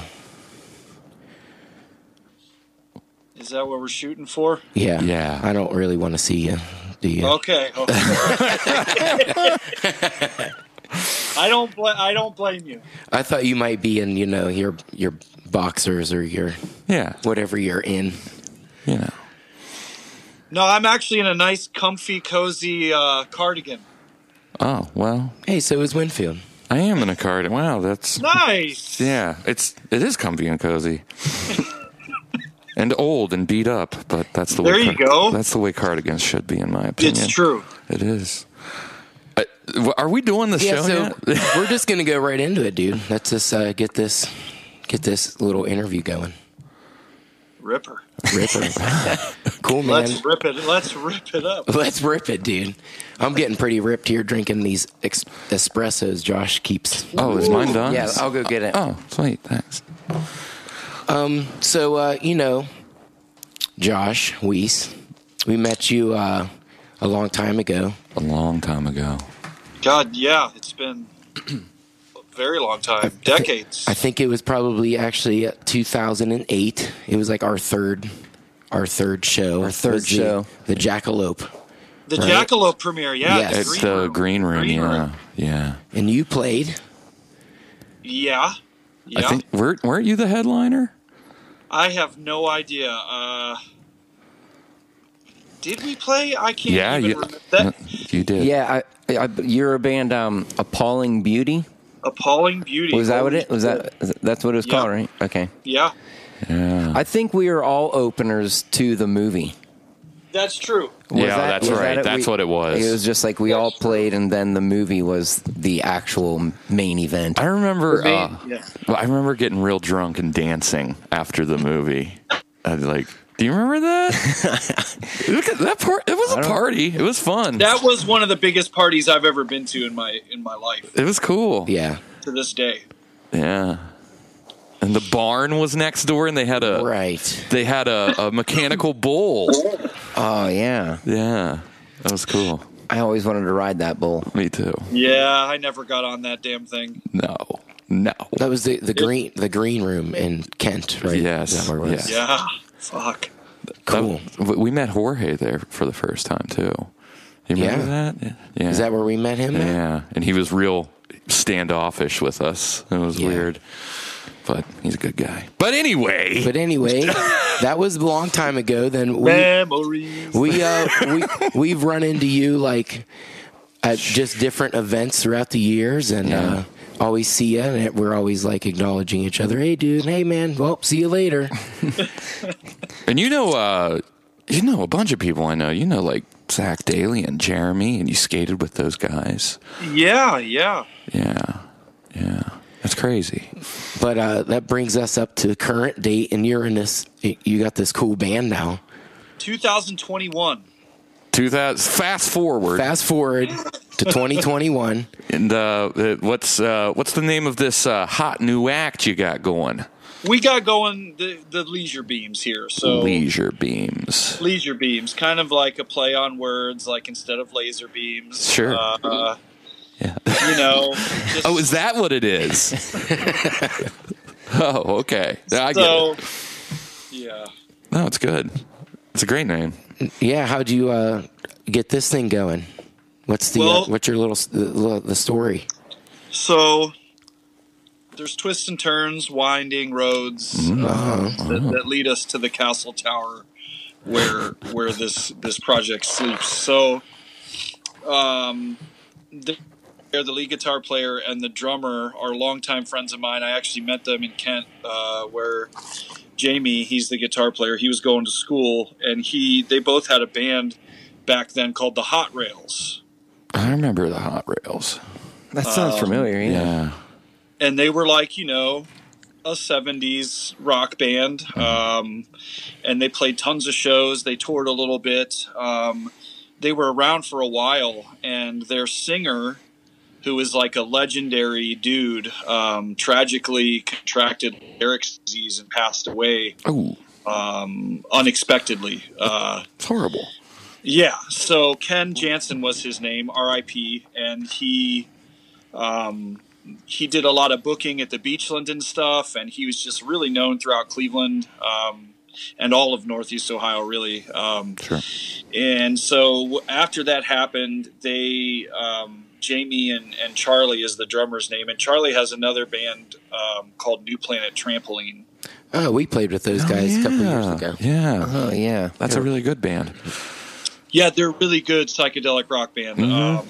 Speaker 6: Is that what we're shooting for?
Speaker 1: Yeah.
Speaker 2: Yeah.
Speaker 1: I don't really want to see you. Do you?
Speaker 6: Okay. Oh. I don't. Bl- I don't blame you.
Speaker 1: I thought you might be in, you know, your your boxers or your
Speaker 2: Yeah.
Speaker 1: whatever you're in.
Speaker 2: You know.
Speaker 6: No, I'm actually in a nice, comfy, cozy uh, cardigan.
Speaker 2: Oh well,
Speaker 1: Hey, so is Winfield.
Speaker 2: I am in a card. Wow, that's
Speaker 6: Nice.
Speaker 2: yeah. It's it is comfy and cozy. And old and beat up, but that's the
Speaker 6: There
Speaker 2: way
Speaker 6: you go.
Speaker 2: That's the way cardigans should be, in my opinion.
Speaker 6: It's true.
Speaker 2: It is. Uh, w- are we doing the
Speaker 1: Yeah,
Speaker 2: show
Speaker 1: so
Speaker 2: yet?
Speaker 1: we're just gonna go right into it, dude. Let's just uh, get this get this little interview going.
Speaker 6: Ripper.
Speaker 1: Ripper. cool man.
Speaker 6: Let's
Speaker 1: Let's,
Speaker 6: rip it. Let's rip it up.
Speaker 1: rip it, dude. I'm getting pretty ripped here drinking these ex- espressos Josh keeps.
Speaker 2: oh, is mine done?
Speaker 3: Yeah, I'll go get it.
Speaker 2: Oh, sweet, thanks.
Speaker 1: So uh, you know, Josh Weiss, we met you uh, a long time ago.
Speaker 2: A long time ago.
Speaker 6: God, yeah, it's been a very long time, decades.
Speaker 1: I think it was probably actually 2008. It was like our third, our third show. Our
Speaker 3: third show.
Speaker 1: the, Jackalope.
Speaker 6: The
Speaker 1: Right.
Speaker 6: Jackalope premiere, yeah.
Speaker 1: Yes.
Speaker 6: the
Speaker 1: It's
Speaker 6: green
Speaker 2: the
Speaker 6: room.
Speaker 2: green room,
Speaker 6: Green
Speaker 2: yeah,
Speaker 6: room.
Speaker 2: yeah.
Speaker 1: And you played.
Speaker 6: Yeah. Yeah.
Speaker 2: I think weren't weren't you the headliner?
Speaker 6: I have no idea. Uh, did we play? I can't
Speaker 2: Yeah,
Speaker 6: even
Speaker 2: you,
Speaker 6: remember. That
Speaker 2: you did.
Speaker 3: Yeah, I, I, you're a band, um, Appalling Beauty.
Speaker 6: appalling beauty.
Speaker 3: Was that what
Speaker 6: Holy
Speaker 3: it was? That is it- that's what it was
Speaker 6: Yeah.
Speaker 3: called, right? Okay.
Speaker 6: shit. Yeah,
Speaker 3: I think we are all openers to the movie.
Speaker 6: that's true.
Speaker 3: Was
Speaker 2: Yeah,
Speaker 3: that-
Speaker 2: that's
Speaker 3: was
Speaker 2: right.
Speaker 3: that
Speaker 2: That's
Speaker 3: We-
Speaker 2: what it was.
Speaker 3: It was just like we all played, and then the movie was the actual main event.
Speaker 2: I remember.
Speaker 3: Ah.
Speaker 2: Uh,
Speaker 6: Yeah.
Speaker 2: well, I remember getting real drunk and dancing after the movie. I was like, "Do you remember that? Look at that part. It was a party. It was fun.
Speaker 6: That was one of the biggest parties I've ever been to in my in my life
Speaker 2: it was cool.
Speaker 1: Yeah.
Speaker 6: to this day.
Speaker 2: Yeah. And the barn was next door, and they had a
Speaker 1: Right.
Speaker 2: they had a, a mechanical bull.
Speaker 3: Oh yeah,
Speaker 2: Yeah, that was cool.
Speaker 3: I always wanted to ride that bull.
Speaker 2: Me too.
Speaker 6: Yeah, I never got on that damn thing.
Speaker 2: No, no.
Speaker 1: That was the, the green the green room in Kent, right?
Speaker 2: Yes.
Speaker 1: Is that where it was?
Speaker 2: Yeah.
Speaker 6: Yeah, fuck.
Speaker 1: Cool.
Speaker 2: That- we met Jorge there for the first time too. You remember
Speaker 1: Yeah.
Speaker 2: that? Yeah.
Speaker 1: Is that where we met him? at?
Speaker 2: Yeah, and he was real standoffish with us. It was
Speaker 1: Yeah.
Speaker 2: weird, but he's a good guy. But anyway,
Speaker 1: But anyway, that was a long time ago. Then we
Speaker 6: Memories.
Speaker 1: we uh we we've run into you like at just different events throughout the years and uh always see you and we're always like acknowledging each other hey dude hey man well see you later
Speaker 2: and you know, uh, you know a bunch of people I know. You know, like Zach Daly and Jeremy, and you skated with those guys.
Speaker 6: Yeah, yeah.
Speaker 2: Yeah, yeah, that's crazy.
Speaker 1: but uh that brings us up to the current date and uranus you got this cool band now
Speaker 6: 2021.
Speaker 2: Two thousand. Fast forward,
Speaker 1: fast forward to 2021
Speaker 2: and uh, uh, what's uh, what's the name of this uh, hot new act you got going?
Speaker 6: We got going the the leisure beams here.
Speaker 2: Oh.
Speaker 6: So
Speaker 2: Leisure Beams.
Speaker 6: leisure beams, kind of like a play on words, like instead of laser beams.
Speaker 2: Sure.
Speaker 6: Uh,
Speaker 2: Yeah.
Speaker 6: you know. Just,
Speaker 2: Oh, is that what it is? oh, okay. I get it.
Speaker 6: so? Yeah.
Speaker 2: No, it's good. It's a great name.
Speaker 1: yeah how'd you uh get this thing going what's the uh,
Speaker 6: Well-
Speaker 1: what's your little s- the, the story
Speaker 6: So there's twists and turns, winding roads uh, that, that lead us to the castle tower, where where this this project sleeps. So, um, the, they're the lead guitar player and the drummer are longtime friends of mine. I actually met them in Kent, uh, where Jamie, he's the guitar player, he was going to school, and he they both had a band back then called the Hot Rails.
Speaker 2: I remember the Hot Rails.
Speaker 3: That sounds
Speaker 2: Um,
Speaker 3: familiar. Yeah.
Speaker 2: Yeah.
Speaker 6: and they were like you know a 70s rock band um, and they played tons of shows they toured a little bit um, they were around for a while and their singer who is like a legendary dude um, tragically contracted Eric's disease and passed away
Speaker 2: Oh,
Speaker 6: um, unexpectedly uh,
Speaker 2: it's horrible.
Speaker 6: yeah. So Ken Jansen was his name, R.I.P. And he, um, he did a lot of booking at the Beachland and stuff, and he was just really known throughout Cleveland um, and all of Northeast Ohio, really. Um,
Speaker 2: Sure.
Speaker 6: And so after that happened, they um, Jamie and, and Charlie is the drummer's name, and Charlie has another band um, called New Planet Trampoline.
Speaker 1: oh we played with those guys a couple years
Speaker 2: Yeah.
Speaker 1: ago Uh-huh.
Speaker 2: Yeah.
Speaker 3: Oh yeah.
Speaker 2: That's a really good band.
Speaker 6: Yeah, they're a really good psychedelic rock band. Um,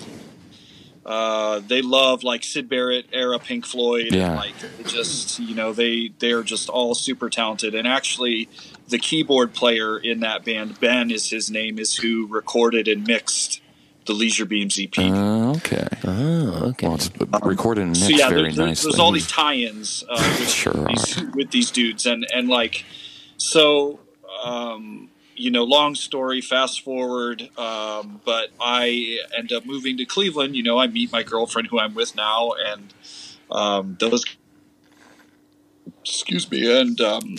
Speaker 6: uh, they love like Sid Barrett era Pink Floyd.
Speaker 2: Yeah.
Speaker 6: And, like they just you know they they are just all super talented. And actually, the keyboard player in that band, Ben is his name, is who recorded and mixed the Leisure Beams E EP.
Speaker 2: Uh, okay.
Speaker 1: Uh-huh,
Speaker 3: Oh okay.
Speaker 2: Well, it's recorded and mixed
Speaker 6: so yeah, there-
Speaker 2: very
Speaker 6: there's,
Speaker 2: nicely.
Speaker 6: there's all these tie-ins uh, with,
Speaker 2: Sure
Speaker 6: these, with these dudes, and and like so, um, you know, long story, fast forward, um, but I end up moving to Cleveland. You know, I meet my girlfriend who I'm with now, and um, those. Excuse me, and um,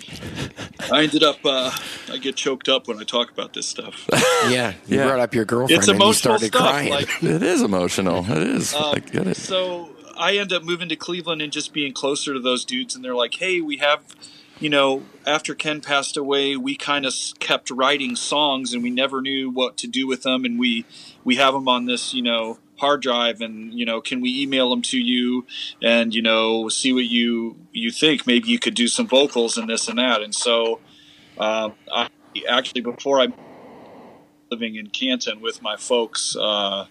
Speaker 6: I ended up. Uh, I get choked up when I talk about this stuff.
Speaker 1: Yeah, you
Speaker 2: Yeah.
Speaker 1: brought up your girlfriend
Speaker 6: It's
Speaker 1: and
Speaker 6: emotional
Speaker 1: you started
Speaker 6: stuff.
Speaker 1: crying.
Speaker 6: Like,
Speaker 2: it is emotional. It is. I get it.
Speaker 6: so I end up moving to Cleveland and just being closer to those dudes, and they're like, "Hey, we have you know, after Ken passed away, we kind of kept writing songs and we never knew what to do with them. And we, we have them on this, you know, hard drive and, you know, can we email them to you and, you know, see what you, you think, maybe you could do some vocals and this and that. And so, um, I actually, before I living in Canton with my folks, uh,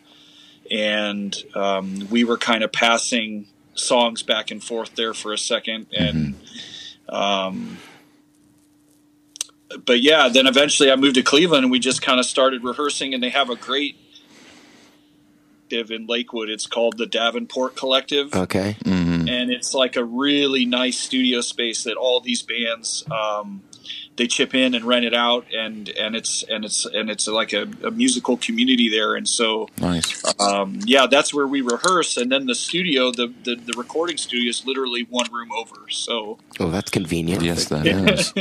Speaker 6: and um, we were kind of passing songs back and forth there for a second and um, but yeah then eventually i moved to cleveland and we just kind of started rehearsing and they have a great collective in lakewood it's called the davenport
Speaker 1: Oh,
Speaker 6: collective
Speaker 1: Okay.
Speaker 6: and it's like a really nice studio space that all these bands um, they chip in and rent it out and and it's and it's and it's like a, a musical community there and so
Speaker 7: Nice.
Speaker 2: Uh,
Speaker 6: um, yeah that's where we rehearse and then the studio the, the the recording studio is literally one room over so
Speaker 1: Well, that's convenient.
Speaker 7: Yes, that is.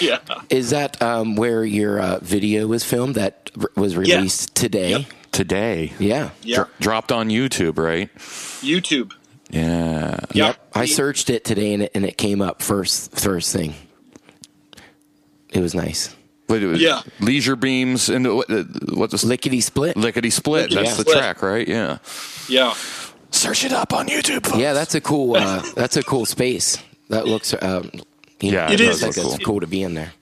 Speaker 6: yeah
Speaker 1: Is that um, where your uh, video was filmed that r- was released today?
Speaker 7: Today.
Speaker 1: Yeah.
Speaker 6: yeah
Speaker 7: Dropped on YouTube, right?
Speaker 6: youtube
Speaker 7: Yeah.
Speaker 6: yep
Speaker 1: I searched it today and it, and it came up first first thing. It was nice.
Speaker 7: Wait, it was
Speaker 6: Yeah.
Speaker 7: Leisure Beams and what, what the
Speaker 1: Lickety split.
Speaker 7: Lickety Split. That's the
Speaker 6: Split.
Speaker 7: track, right? Yeah.
Speaker 6: yeah
Speaker 7: Search it up on YouTube. Folks.
Speaker 1: yeah, that's a cool. Uh, that's a cool space. That looks. Um, you
Speaker 7: Yeah,
Speaker 1: know,
Speaker 7: it
Speaker 1: looks
Speaker 6: is.
Speaker 1: Like it's
Speaker 6: It's-
Speaker 1: cool to be in there.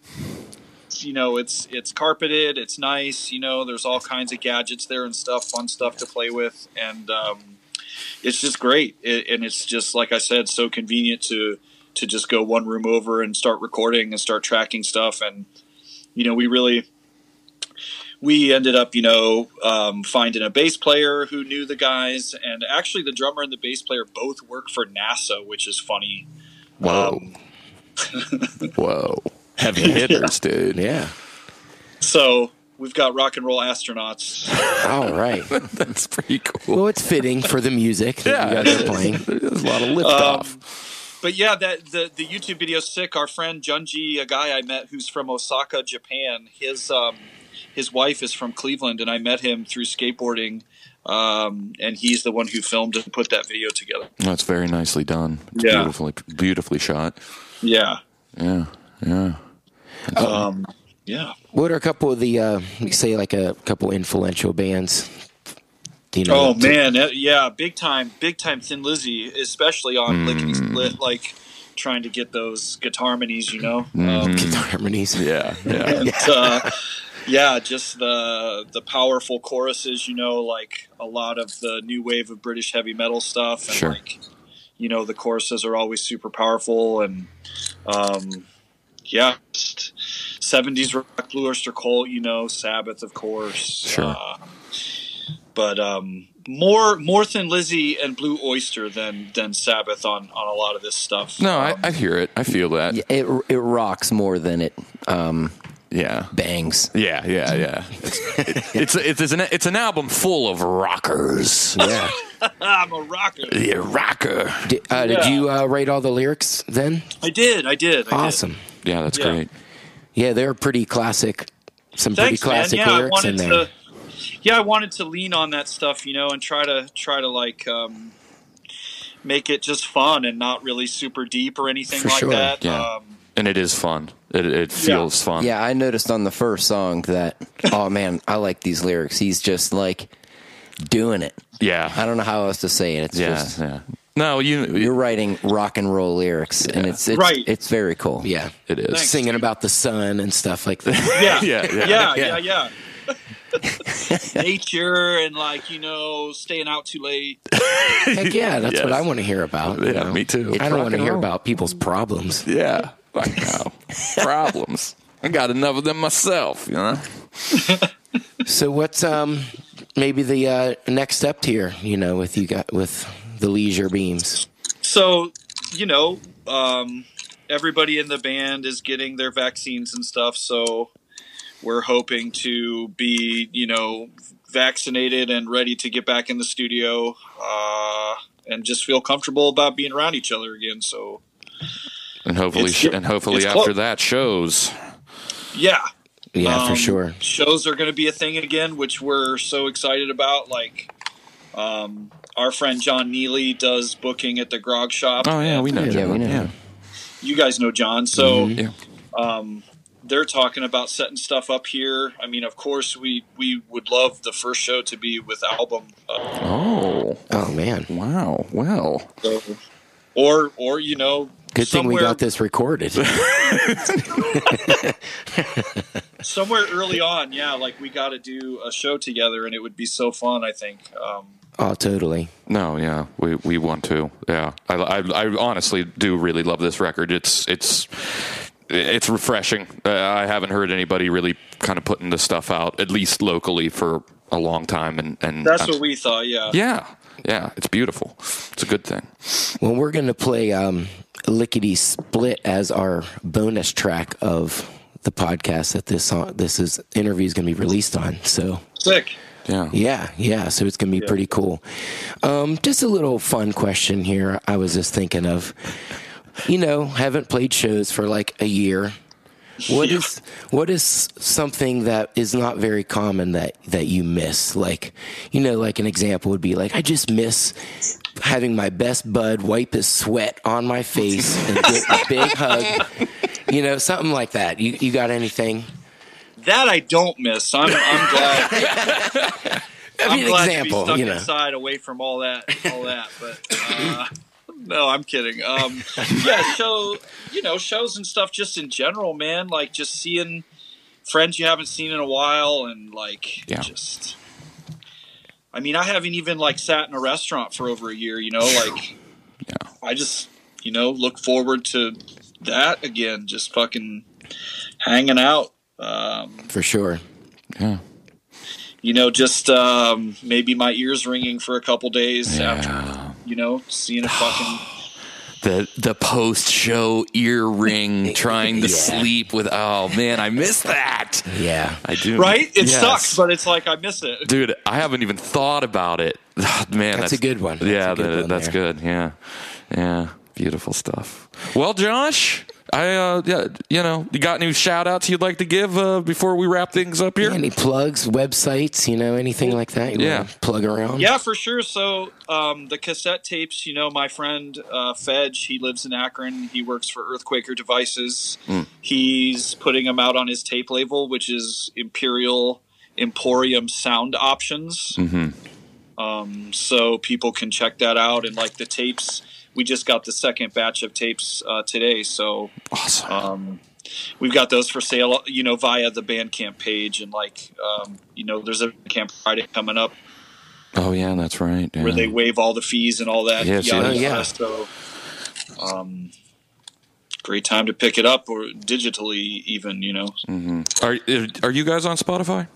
Speaker 6: you know it's it's carpeted it's nice you know there's all kinds of gadgets there and stuff fun stuff to play with and um, it's just great it, and it's just like i said so convenient to to just go one room over and start recording and start tracking stuff and you know we really we ended up you know um, finding a bass player who knew the guys and actually the drummer and the bass player both work for nasa which is funny
Speaker 7: Whoa.
Speaker 6: Um,
Speaker 7: Whoa. Heavy hitters, dude.
Speaker 1: Yeah.
Speaker 6: so we've got rock and roll astronauts
Speaker 1: All right.
Speaker 7: That's pretty cool.
Speaker 1: well, it's fitting for the music that
Speaker 7: Yeah,
Speaker 1: you guys are playing.
Speaker 7: There's a lot of liftoff.
Speaker 6: but yeah, that the the YouTube video's sick. Our friend Junji, a guy I met who's from Osaka, Japan. His um, his wife is from Cleveland, and I met him through skateboarding. Um, and he's the one who filmed and put that video together.
Speaker 7: That's very nicely done. It's
Speaker 6: Yeah.
Speaker 7: beautifully beautifully shot.
Speaker 6: Yeah, Um,
Speaker 7: Yeah. Yeah.
Speaker 6: yeah.
Speaker 1: What are a couple of the uh, say like a couple influential bands? You
Speaker 6: Oh
Speaker 1: to-
Speaker 6: man, that- yeah, big time, big time. Thin Lizzy, especially on Lickety
Speaker 7: Mm.
Speaker 6: Split, like trying to get those guitar harmonies, you know.
Speaker 7: Mm-hmm.
Speaker 6: Um,
Speaker 1: harmonies.
Speaker 7: Yeah. Yeah.
Speaker 6: But, uh, yeah, just the the powerful choruses, you know, like a lot of the new wave of British heavy metal stuff. And
Speaker 7: Sure.
Speaker 6: Like, you know, the choruses are always super powerful, and um, yeah, just seventies rock, Blue Oyster Cult, you know, Sabbath, of course.
Speaker 7: Sure.
Speaker 6: Uh, but um, more more than Lizzy and Blue Oyster than than Sabbath on on a lot of this stuff. Uh,
Speaker 7: No, I, I hear it. I feel that. Yeah.
Speaker 3: It it rocks more than it um,
Speaker 7: Yeah.
Speaker 3: bangs.
Speaker 7: Yeah. Yeah. It's it's, it's, it's, an, it's an album full of rockers.
Speaker 1: Yeah.
Speaker 6: I'm a rocker.
Speaker 7: Yeah, rocker.
Speaker 1: Did, uh, did
Speaker 6: Yeah.
Speaker 1: you uh, write all the lyrics then?
Speaker 6: I did, I did, I
Speaker 1: Awesome.
Speaker 7: Yeah, that's
Speaker 6: Yeah.
Speaker 7: great.
Speaker 1: Yeah, they're pretty classic. Some pretty
Speaker 6: Thanks,
Speaker 1: classic
Speaker 6: man. Yeah, I
Speaker 1: lyrics in
Speaker 6: wanted
Speaker 1: there.
Speaker 6: to. Yeah, I wanted to lean on that stuff, you know, and try to try to like um, make it just fun and not really super deep or anything
Speaker 1: For
Speaker 6: like
Speaker 1: sure,
Speaker 6: that.
Speaker 7: yeah.
Speaker 6: Um,
Speaker 7: And it is fun. It, it feels fun.
Speaker 3: Yeah, I noticed on the first song that oh man, I like these lyrics. He's just like doing it.
Speaker 7: Yeah.
Speaker 3: I don't know how else to say it. It's
Speaker 7: yeah.
Speaker 3: just
Speaker 7: yeah. No, you.
Speaker 3: you're writing rock and roll lyrics, and it's it's,
Speaker 6: Right.
Speaker 3: it's very cool.
Speaker 1: Yeah.
Speaker 7: It is.
Speaker 6: Thanks.
Speaker 1: Singing about the sun and stuff like that.
Speaker 6: yeah,
Speaker 7: Yeah,
Speaker 6: yeah,
Speaker 7: yeah.
Speaker 6: yeah, yeah, yeah, Nature and like you know, staying out too late.
Speaker 1: Heck yeah, that's
Speaker 7: Yes.
Speaker 1: what I want to hear about. you
Speaker 7: Yeah,
Speaker 1: know?
Speaker 7: me too.
Speaker 1: I
Speaker 7: It's
Speaker 1: don't
Speaker 7: rock
Speaker 1: want to
Speaker 7: and
Speaker 1: hear
Speaker 7: roll.
Speaker 1: about people's problems.
Speaker 7: Yeah. Fuck no. Problems. I got enough of them myself, you know?
Speaker 1: So what's um maybe the uh, next step here? You know, with you got with the leisure beams.
Speaker 6: So you know, um, everybody in the band is getting their vaccines and stuff. So we're hoping to be you know vaccinated and ready to get back in the studio uh, and just feel comfortable about being around each other again so
Speaker 7: And hopefully,
Speaker 6: It's-
Speaker 7: sh- and hopefully
Speaker 6: it's
Speaker 7: after
Speaker 6: close.
Speaker 7: that shows.
Speaker 6: yeah
Speaker 1: Yeah, for
Speaker 6: Um,
Speaker 1: sure.
Speaker 6: shows are going to be a thing again which we're so excited about like um, our friend john neely does booking at the grog shop
Speaker 7: Oh yeah,
Speaker 6: and
Speaker 7: we know.
Speaker 1: Yeah, Mm-hmm.
Speaker 7: John.
Speaker 3: we know.
Speaker 7: Yeah.
Speaker 6: you guys know John. So um, they're talking about setting stuff up here. I mean, of course, we we would love the first show to be with album, uh,
Speaker 7: Oh,
Speaker 1: Oh man.
Speaker 7: wow. Well,
Speaker 6: so, or or you know,
Speaker 1: Good thing we
Speaker 6: somewhere-
Speaker 1: got this recorded.
Speaker 6: somewhere early on. Yeah, like we got to do a show together, and it would be so fun. I think. Um,
Speaker 1: oh, totally.
Speaker 7: no, yeah, we, we want to. Yeah, I, I, I honestly do really love this record. It's it's it's refreshing. Uh, I haven't heard anybody really kind of putting this stuff out, at least locally, for a long time. And, and
Speaker 6: that's
Speaker 7: I'm-
Speaker 6: what we thought. Yeah.
Speaker 7: Yeah, yeah, it's beautiful. It's a good thing.
Speaker 1: Well, we're going to play um, Lickety Split as our bonus track of the podcast that this song, this is interview is going to be released on. So
Speaker 6: Sick.
Speaker 7: Yeah,
Speaker 1: yeah, yeah. So it's going to be pretty cool. Um, just a little fun question here. I was just thinking of, you know, haven't played shows for like a year. What is what is something that is not very common that that you miss? Like, you know, like an example would be like I just miss having my best bud wipe his sweat on my face and get a big hug. You know, something like that. You you got anything?
Speaker 6: That I don't miss. I'm, I'm glad.
Speaker 1: I
Speaker 6: I'm
Speaker 1: mean,
Speaker 6: glad to be
Speaker 1: example.
Speaker 6: stuck
Speaker 1: You know,
Speaker 6: inside, away from all that, all that. But uh, no, I'm kidding. Um, yeah, so you know, shows and stuff, just in general, man. Like just seeing friends you haven't seen in a while, and like
Speaker 7: Yeah.
Speaker 6: just. I mean, I haven't even like sat in a restaurant for over a year. You know, like I just you know look forward to that again. Just fucking hanging out. Um,
Speaker 1: for sure.
Speaker 7: yeah.
Speaker 6: you know, just um, maybe my ears ringing for a couple days after, you know, seeing a fucking.
Speaker 7: the the post show earring trying to
Speaker 1: Yeah.
Speaker 7: sleep with oh man i miss that
Speaker 1: Yeah.
Speaker 7: i do
Speaker 6: Right? It
Speaker 7: Yes.
Speaker 6: sucks, but it's like I miss it.
Speaker 7: dude i haven't even thought about it man
Speaker 1: That's
Speaker 7: that's,
Speaker 1: a good one. That's
Speaker 7: yeah
Speaker 1: a good
Speaker 7: that-
Speaker 1: one
Speaker 7: that's
Speaker 1: there.
Speaker 7: good yeah yeah beautiful stuff well josh i uh yeah you know you got any shout outs you'd like to give uh before we wrap things up here
Speaker 1: Any plugs, websites, you know, anything like that? You
Speaker 7: Yeah.
Speaker 1: wanna Plug around.
Speaker 6: Yeah, for sure. So um, the cassette tapes, you know, my friend uh, Fedge, he lives in Akron. He works for Earthquaker Devices. He's putting them out on his tape label, which is Imperial Emporium Sound Options. Um, so people can check that out. And like the tapes, we just got the second batch of tapes uh, today. So
Speaker 7: awesome
Speaker 6: um, we've got those for sale, you know, via the Bandcamp page. And like, um, you know, there's a Camp Friday coming up
Speaker 7: oh yeah that's right yeah.
Speaker 6: where they waive all the fees and all that.
Speaker 7: Yes,
Speaker 6: yada,
Speaker 1: yes.
Speaker 6: yada.
Speaker 1: Mm. Yeah.
Speaker 6: So, um, great time to pick it up or digitally, even you know.
Speaker 1: Mm.
Speaker 7: are uh, are you guys on spotify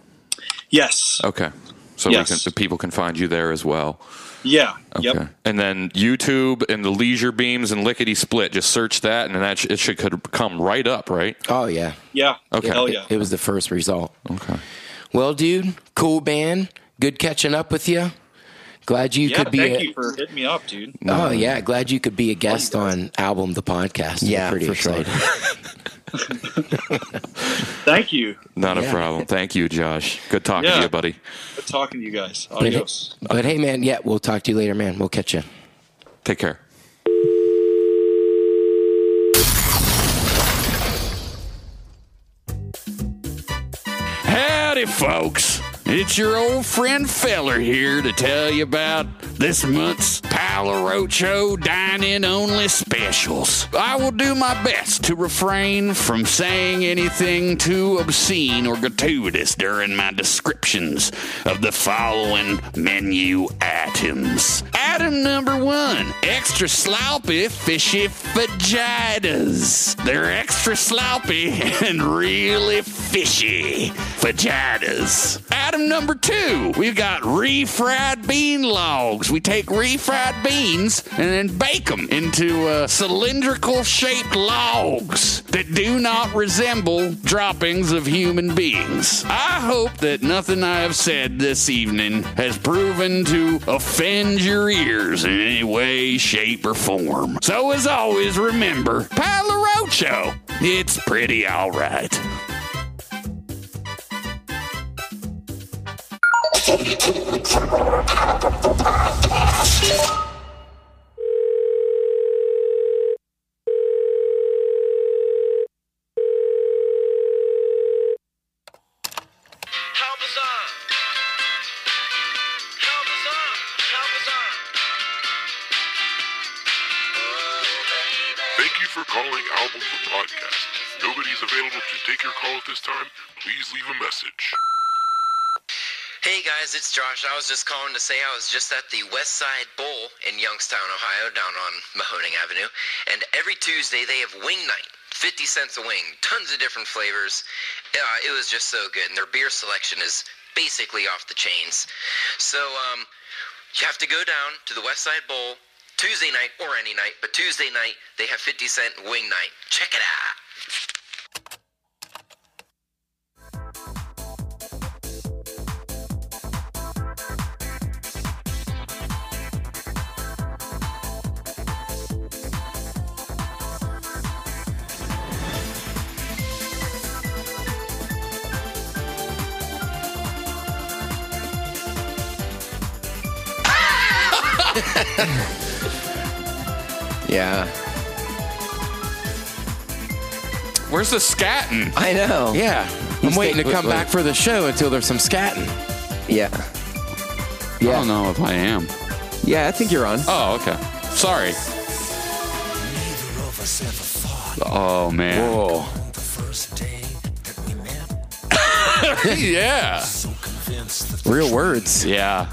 Speaker 6: Yes.
Speaker 7: okay so we
Speaker 6: Yes.
Speaker 7: can, people can find you there as well
Speaker 6: Yeah.
Speaker 7: Okay.
Speaker 6: Yep.
Speaker 7: And then YouTube and the Leisure Beams and Lickety Split. Just search that, and that sh- it should could come right up, right?
Speaker 1: Oh yeah.
Speaker 6: Yeah.
Speaker 7: Okay.
Speaker 6: Hell
Speaker 1: It-
Speaker 6: yeah.
Speaker 1: It, was the first result.
Speaker 7: Okay.
Speaker 1: Well, dude, cool band. Good catching up with you. Glad you
Speaker 6: yeah.
Speaker 1: could be.
Speaker 6: Thank
Speaker 1: a,
Speaker 6: you for hitting me up, dude.
Speaker 1: Oh yeah, glad you could be a guest on album the podcast. We're
Speaker 3: Yeah,
Speaker 1: pretty
Speaker 3: for sure.
Speaker 1: excited.
Speaker 6: Thank you.
Speaker 7: Not
Speaker 1: Yeah.
Speaker 7: a problem. Thank you, Josh. Good talking
Speaker 6: Yeah.
Speaker 7: to you, buddy.
Speaker 6: Good talking to you guys.
Speaker 1: But, hey,
Speaker 6: Adios.
Speaker 1: but hey, man, yeah, we'll talk to you later, man. We'll catch you.
Speaker 7: Take care. Howdy, folks. It's your old friend Feller here to tell you about this month's Paolo Rocho Dine In Only specials. I will do my best to refrain from saying anything too obscene or gratuitous during my descriptions of the following menu items. Item number one extra sloppy fishy vaginas. They're extra sloppy and really fishy vaginas. Item number two, we've got refried bean logs. We take refried beans and then bake them into uh, cylindrical shaped logs that do not resemble droppings of human beings. I hope that nothing I have said this evening has proven to offend your ears in any way, shape, or form. So, as always, remember Palo Rocho, it's pretty alright.
Speaker 8: Thank you for calling Album the Podcast. Nobody's available to take your call at this time. Please leave a message.
Speaker 9: Hey guys, it's Josh. I was just calling to say I was just at the West Side Bowl in Youngstown, Ohio, down on Mahoning Avenue. And every Tuesday they have wing night. 50 cents a wing, tons of different flavors. Uh, it was just so good. And their beer selection is basically off the chains. So um, you have to go down to the West Side Bowl Tuesday night or any night, but Tuesday night they have 50 cent wing night. Check it out.
Speaker 3: Yeah.
Speaker 7: Where's the scatting?
Speaker 3: I know.
Speaker 1: Yeah. I'm
Speaker 3: He's
Speaker 1: waiting to
Speaker 3: thinking-
Speaker 1: come back for the show until there's some scatting.
Speaker 3: Yeah.
Speaker 7: I don't know if I am.
Speaker 3: Yeah, I think you're on.
Speaker 7: Oh, okay. Sorry.
Speaker 10: Neither of us ever thought
Speaker 7: Oh man.
Speaker 1: Whoa.
Speaker 10: on the first day that we met.
Speaker 7: yeah.
Speaker 10: So convinced that
Speaker 1: Real words.
Speaker 7: Yeah.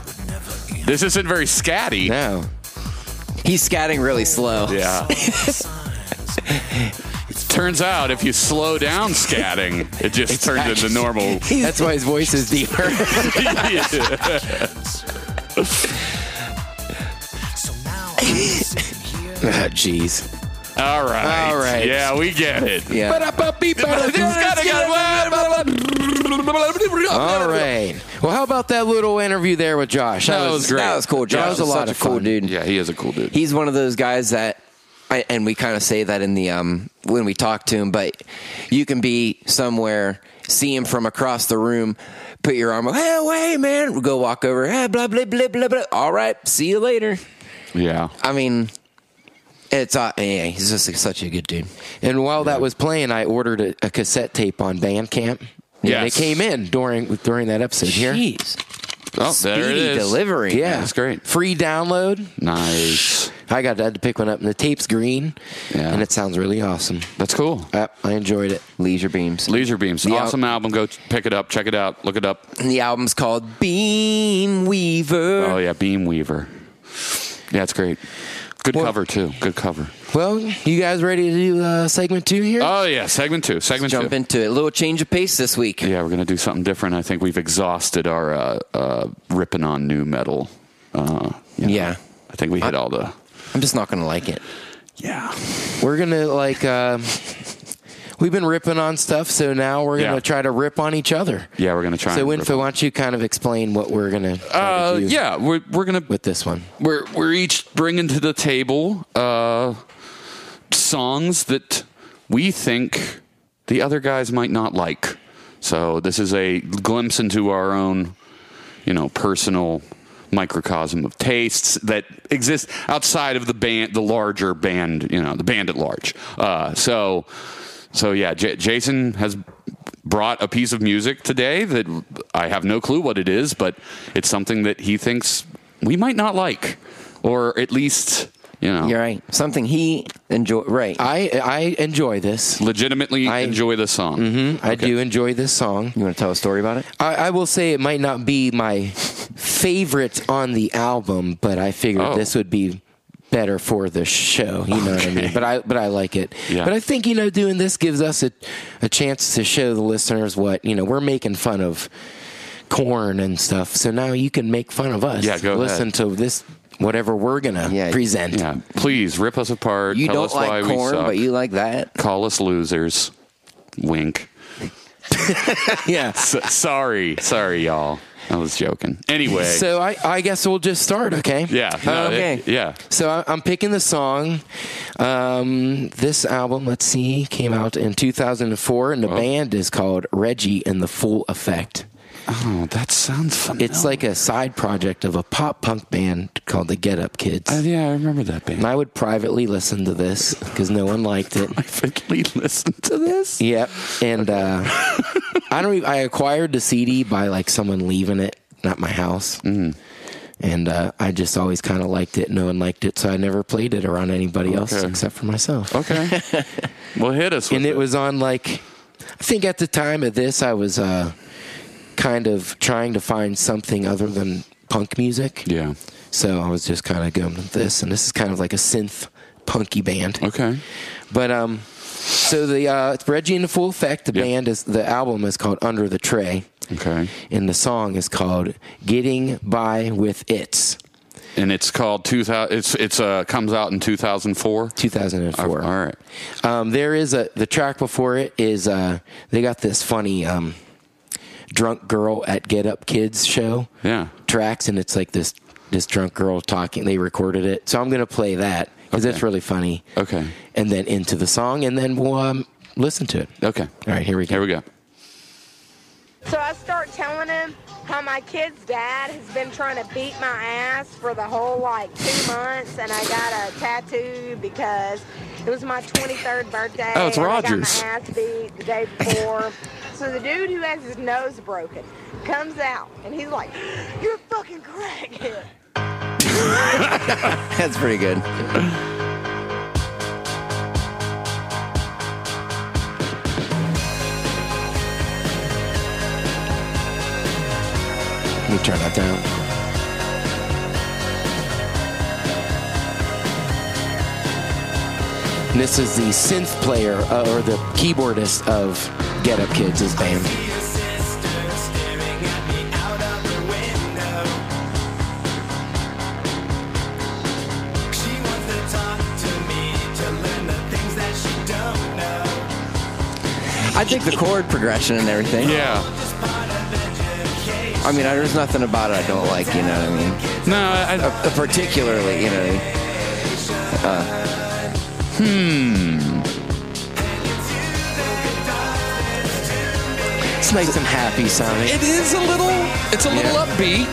Speaker 7: This isn't very scatty.
Speaker 1: No.
Speaker 3: He's scatting really slow.
Speaker 7: Yeah. Turns out if you slow down scatting, it just turns into normal.
Speaker 1: That's why his voice is deeper.
Speaker 10: so now I'm sitting here.
Speaker 1: Ah, Jeez.
Speaker 7: All right.
Speaker 1: All right.
Speaker 7: Yeah, we get it.
Speaker 3: Yeah.
Speaker 1: All
Speaker 7: All
Speaker 1: right. Well, how about that little interview there with Josh?
Speaker 7: That was great.
Speaker 3: That was cool. Josh
Speaker 1: That was a
Speaker 3: is
Speaker 1: lot
Speaker 3: such
Speaker 1: of
Speaker 3: a cool
Speaker 1: fun.
Speaker 3: dude.
Speaker 7: Yeah, he is a cool dude.
Speaker 3: he's one of those guys that I, and we kind of say that in the um when we talk to him but you can be somewhere see him from across the room put your arm hey wait man go walk over hey, blah blah blah blah blah all right see you later
Speaker 7: yeah.
Speaker 3: i mean it's uh, yeah he's just such a good dude
Speaker 1: And while that was playing, I ordered a, a cassette tape on Bandcamp. Yeah,
Speaker 7: Yes.
Speaker 1: it came in during during that episode here.
Speaker 3: jeez
Speaker 7: Oh, there it
Speaker 3: Speedy
Speaker 7: is.
Speaker 3: delivery
Speaker 1: Yeah,
Speaker 7: That's great.
Speaker 1: Free download.
Speaker 7: Nice.
Speaker 1: I got I had to pick one up, and the tape's green,
Speaker 7: Yeah.
Speaker 1: and it sounds really awesome.
Speaker 7: That's cool.
Speaker 1: I, I enjoyed it.
Speaker 3: leisure beams
Speaker 7: Leisure Beams.
Speaker 3: Yeah.
Speaker 7: Awesome album. Go t- pick it up. Check it out. Look it up.
Speaker 3: and the album's called beam weaver
Speaker 7: Oh, yeah. Beam Weaver. Yeah, it's great. Good
Speaker 1: Well-
Speaker 7: cover, too. Good cover.
Speaker 1: Well, you guys ready to do uh, segment two here?
Speaker 7: Oh, yeah. Segment two. Segment
Speaker 3: jump
Speaker 7: two.
Speaker 3: into it a little change of pace this week
Speaker 7: Yeah, we're going to do something different. I think we've exhausted our uh, uh, ripping on new metal. Uh, you know,
Speaker 3: Yeah.
Speaker 7: I think we hit all the.
Speaker 3: i'm just not gonna like it
Speaker 7: Yeah.
Speaker 1: We're gonna like. Uh, We've been ripping on stuff, so now we're gonna
Speaker 7: Yeah.
Speaker 1: try to rip on each other.
Speaker 7: Yeah, we're going to try.
Speaker 1: So,
Speaker 7: and rip-
Speaker 1: Winfo, why don't you kind of explain what we're gonna? try to
Speaker 7: Uh,
Speaker 1: do
Speaker 7: yeah, we're, we're going to
Speaker 1: with this one.
Speaker 7: we're we're each bringing to the table uh, songs that we think the other guys might not like. So this is a glimpse into our own, you know, personal microcosm of tastes that exist outside of the band, the larger band, you know, the band at large. Uh, so, so yeah, J- Jason has brought a piece of music today that I have no clue what it is, but it's something that he thinks we might not like, or at least you know,
Speaker 3: You're right. Something he enjoy. Right.
Speaker 1: I I enjoy this.
Speaker 7: legitimately
Speaker 1: I-
Speaker 7: enjoy the song.
Speaker 1: I do enjoy this song.
Speaker 3: you want to tell a story about it?
Speaker 1: I, I will say it might not be my favorite on the album, but I figured
Speaker 7: Oh.
Speaker 1: this would be better for the show. You know what I mean? But I but I like it.
Speaker 7: Yeah.
Speaker 1: But I think you know doing this gives us a a chance to show the listeners what you know we're making fun of corn and stuff. So now you can make fun of us.
Speaker 7: Yeah, go ahead.
Speaker 1: listen to this whatever we're gonna
Speaker 3: Yeah.
Speaker 1: present.
Speaker 7: Yeah, please rip us apart.
Speaker 3: You
Speaker 7: Tell
Speaker 3: don't
Speaker 7: us why
Speaker 3: like
Speaker 7: we
Speaker 3: corn,
Speaker 7: suck.
Speaker 3: but you like that.
Speaker 7: call us losers. Wink.
Speaker 1: yeah.
Speaker 7: S- sorry, sorry, y'all. I was joking. Anyway,
Speaker 1: So I, I guess we'll just start, okay?
Speaker 7: yeah, no,
Speaker 3: Okay.
Speaker 7: it- yeah.
Speaker 1: So I- I'm picking the song. Um, this album, let's see, came out in 2004, and the
Speaker 7: Uh-huh.
Speaker 1: band is called Reggie and the Full Effect.
Speaker 7: Oh, that sounds fun.
Speaker 1: It's like a side project of a pop punk band called the Get Up Kids.
Speaker 7: yeah, I remember that band.
Speaker 1: and I would privately listen to this because no one liked it.
Speaker 7: Perfectly listen to this.
Speaker 1: Yep. And uh, e,
Speaker 7: Mm-hmm.
Speaker 1: I don't. Even, I acquired the CD by like someone leaving it at my house. And uh, I just always kind of liked it. No one liked it, so I never played it around anybody else
Speaker 7: Okay.
Speaker 1: except for myself.
Speaker 7: Okay. well, hit us. With
Speaker 1: and it was on like I think at the time of this I was uh, kind of trying to find something other than punk music.
Speaker 7: Yeah.
Speaker 1: So I was just kind of going with this, and this is kind of like a synth punky band.
Speaker 7: Okay.
Speaker 1: But um, so the uh, it's Reggie and the Full Effect. The
Speaker 7: Yeah.
Speaker 1: band is the album is called Under the Tray,
Speaker 7: Okay.
Speaker 1: and the song is called Getting By with It's
Speaker 7: And it's called 2000. It's it's uh comes out in 2004.
Speaker 1: 2004.
Speaker 7: All right.
Speaker 1: Um, there is a the track before it is uh, they got this funny um, drunk girl at Get Up Kids show
Speaker 7: Yeah.
Speaker 1: tracks, and it's like this this drunk girl talking. They recorded it, so I'm gonna play that because
Speaker 7: Okay.
Speaker 1: it's really funny.
Speaker 7: Okay.
Speaker 1: and then into the song, and then we'll um, listen to it.
Speaker 7: Okay.
Speaker 1: All right, here we go.
Speaker 7: Here we go.
Speaker 11: So I start telling him how my kid's dad has been trying to beat my ass for the whole like two months, and I got a tattoo because it was my 23rd birthday.
Speaker 7: Oh, it's
Speaker 11: and
Speaker 7: Rogers.
Speaker 11: I got my ass beat the day before. so the dude who has his nose broken comes out, and he's like, "You're a fucking crackhead."
Speaker 3: That's pretty good.
Speaker 1: Let me turn that down. And this is the synth player uh, or the keyboardist of Get Up Kids' his band.
Speaker 3: I dig the chord progression and everything.
Speaker 7: Yeah.
Speaker 3: I mean, I- there's nothing about it I don't like. You know what I mean?
Speaker 7: No, I,
Speaker 3: Uh, uh, particularly, you know. uh, what I mean? hmm.
Speaker 1: It's nice and happy sounding.
Speaker 7: it is a little. It's a little upbeat.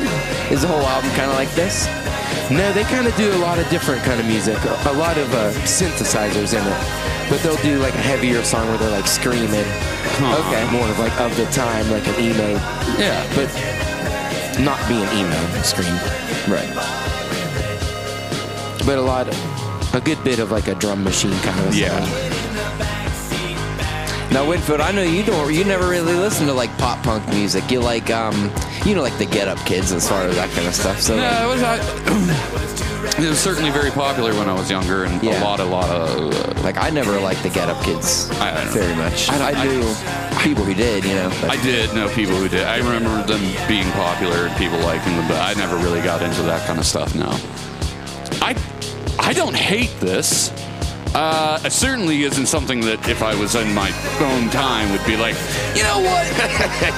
Speaker 3: Is the whole album kind of like this?
Speaker 1: No, they kind of do a lot of different kind of music, a a lot of uh, synthesizers in it. But they'll do like a heavier song where they're like screaming. Okay. More of like of the time, like an emo,
Speaker 7: Yeah.
Speaker 1: but not being emo, scream.
Speaker 3: Right.
Speaker 1: but a lot, a good bit of like a drum machine kind of.
Speaker 7: Yeah.
Speaker 3: Now, Winfield, I know you don't. You never really listen to like pop punk music. You like, um, you know, like the Get Up Kids as far as that kind of stuff. So, like,
Speaker 7: No, it was. I, it was certainly very popular when I was younger, and
Speaker 3: Yeah.
Speaker 7: a lot, a lot of. Uh,
Speaker 3: like, I never liked the Get Up Kids
Speaker 7: I don't know.
Speaker 3: very much.
Speaker 7: I
Speaker 3: I,
Speaker 7: don't- I-
Speaker 3: knew people who did, you know. but-
Speaker 7: I did know people who did. I remember them being popular and people liking them, but I never really got into that kind of stuff. Now, I I don't hate this. Uh, it certainly isn't something that if I was in my own time would be like, you know what,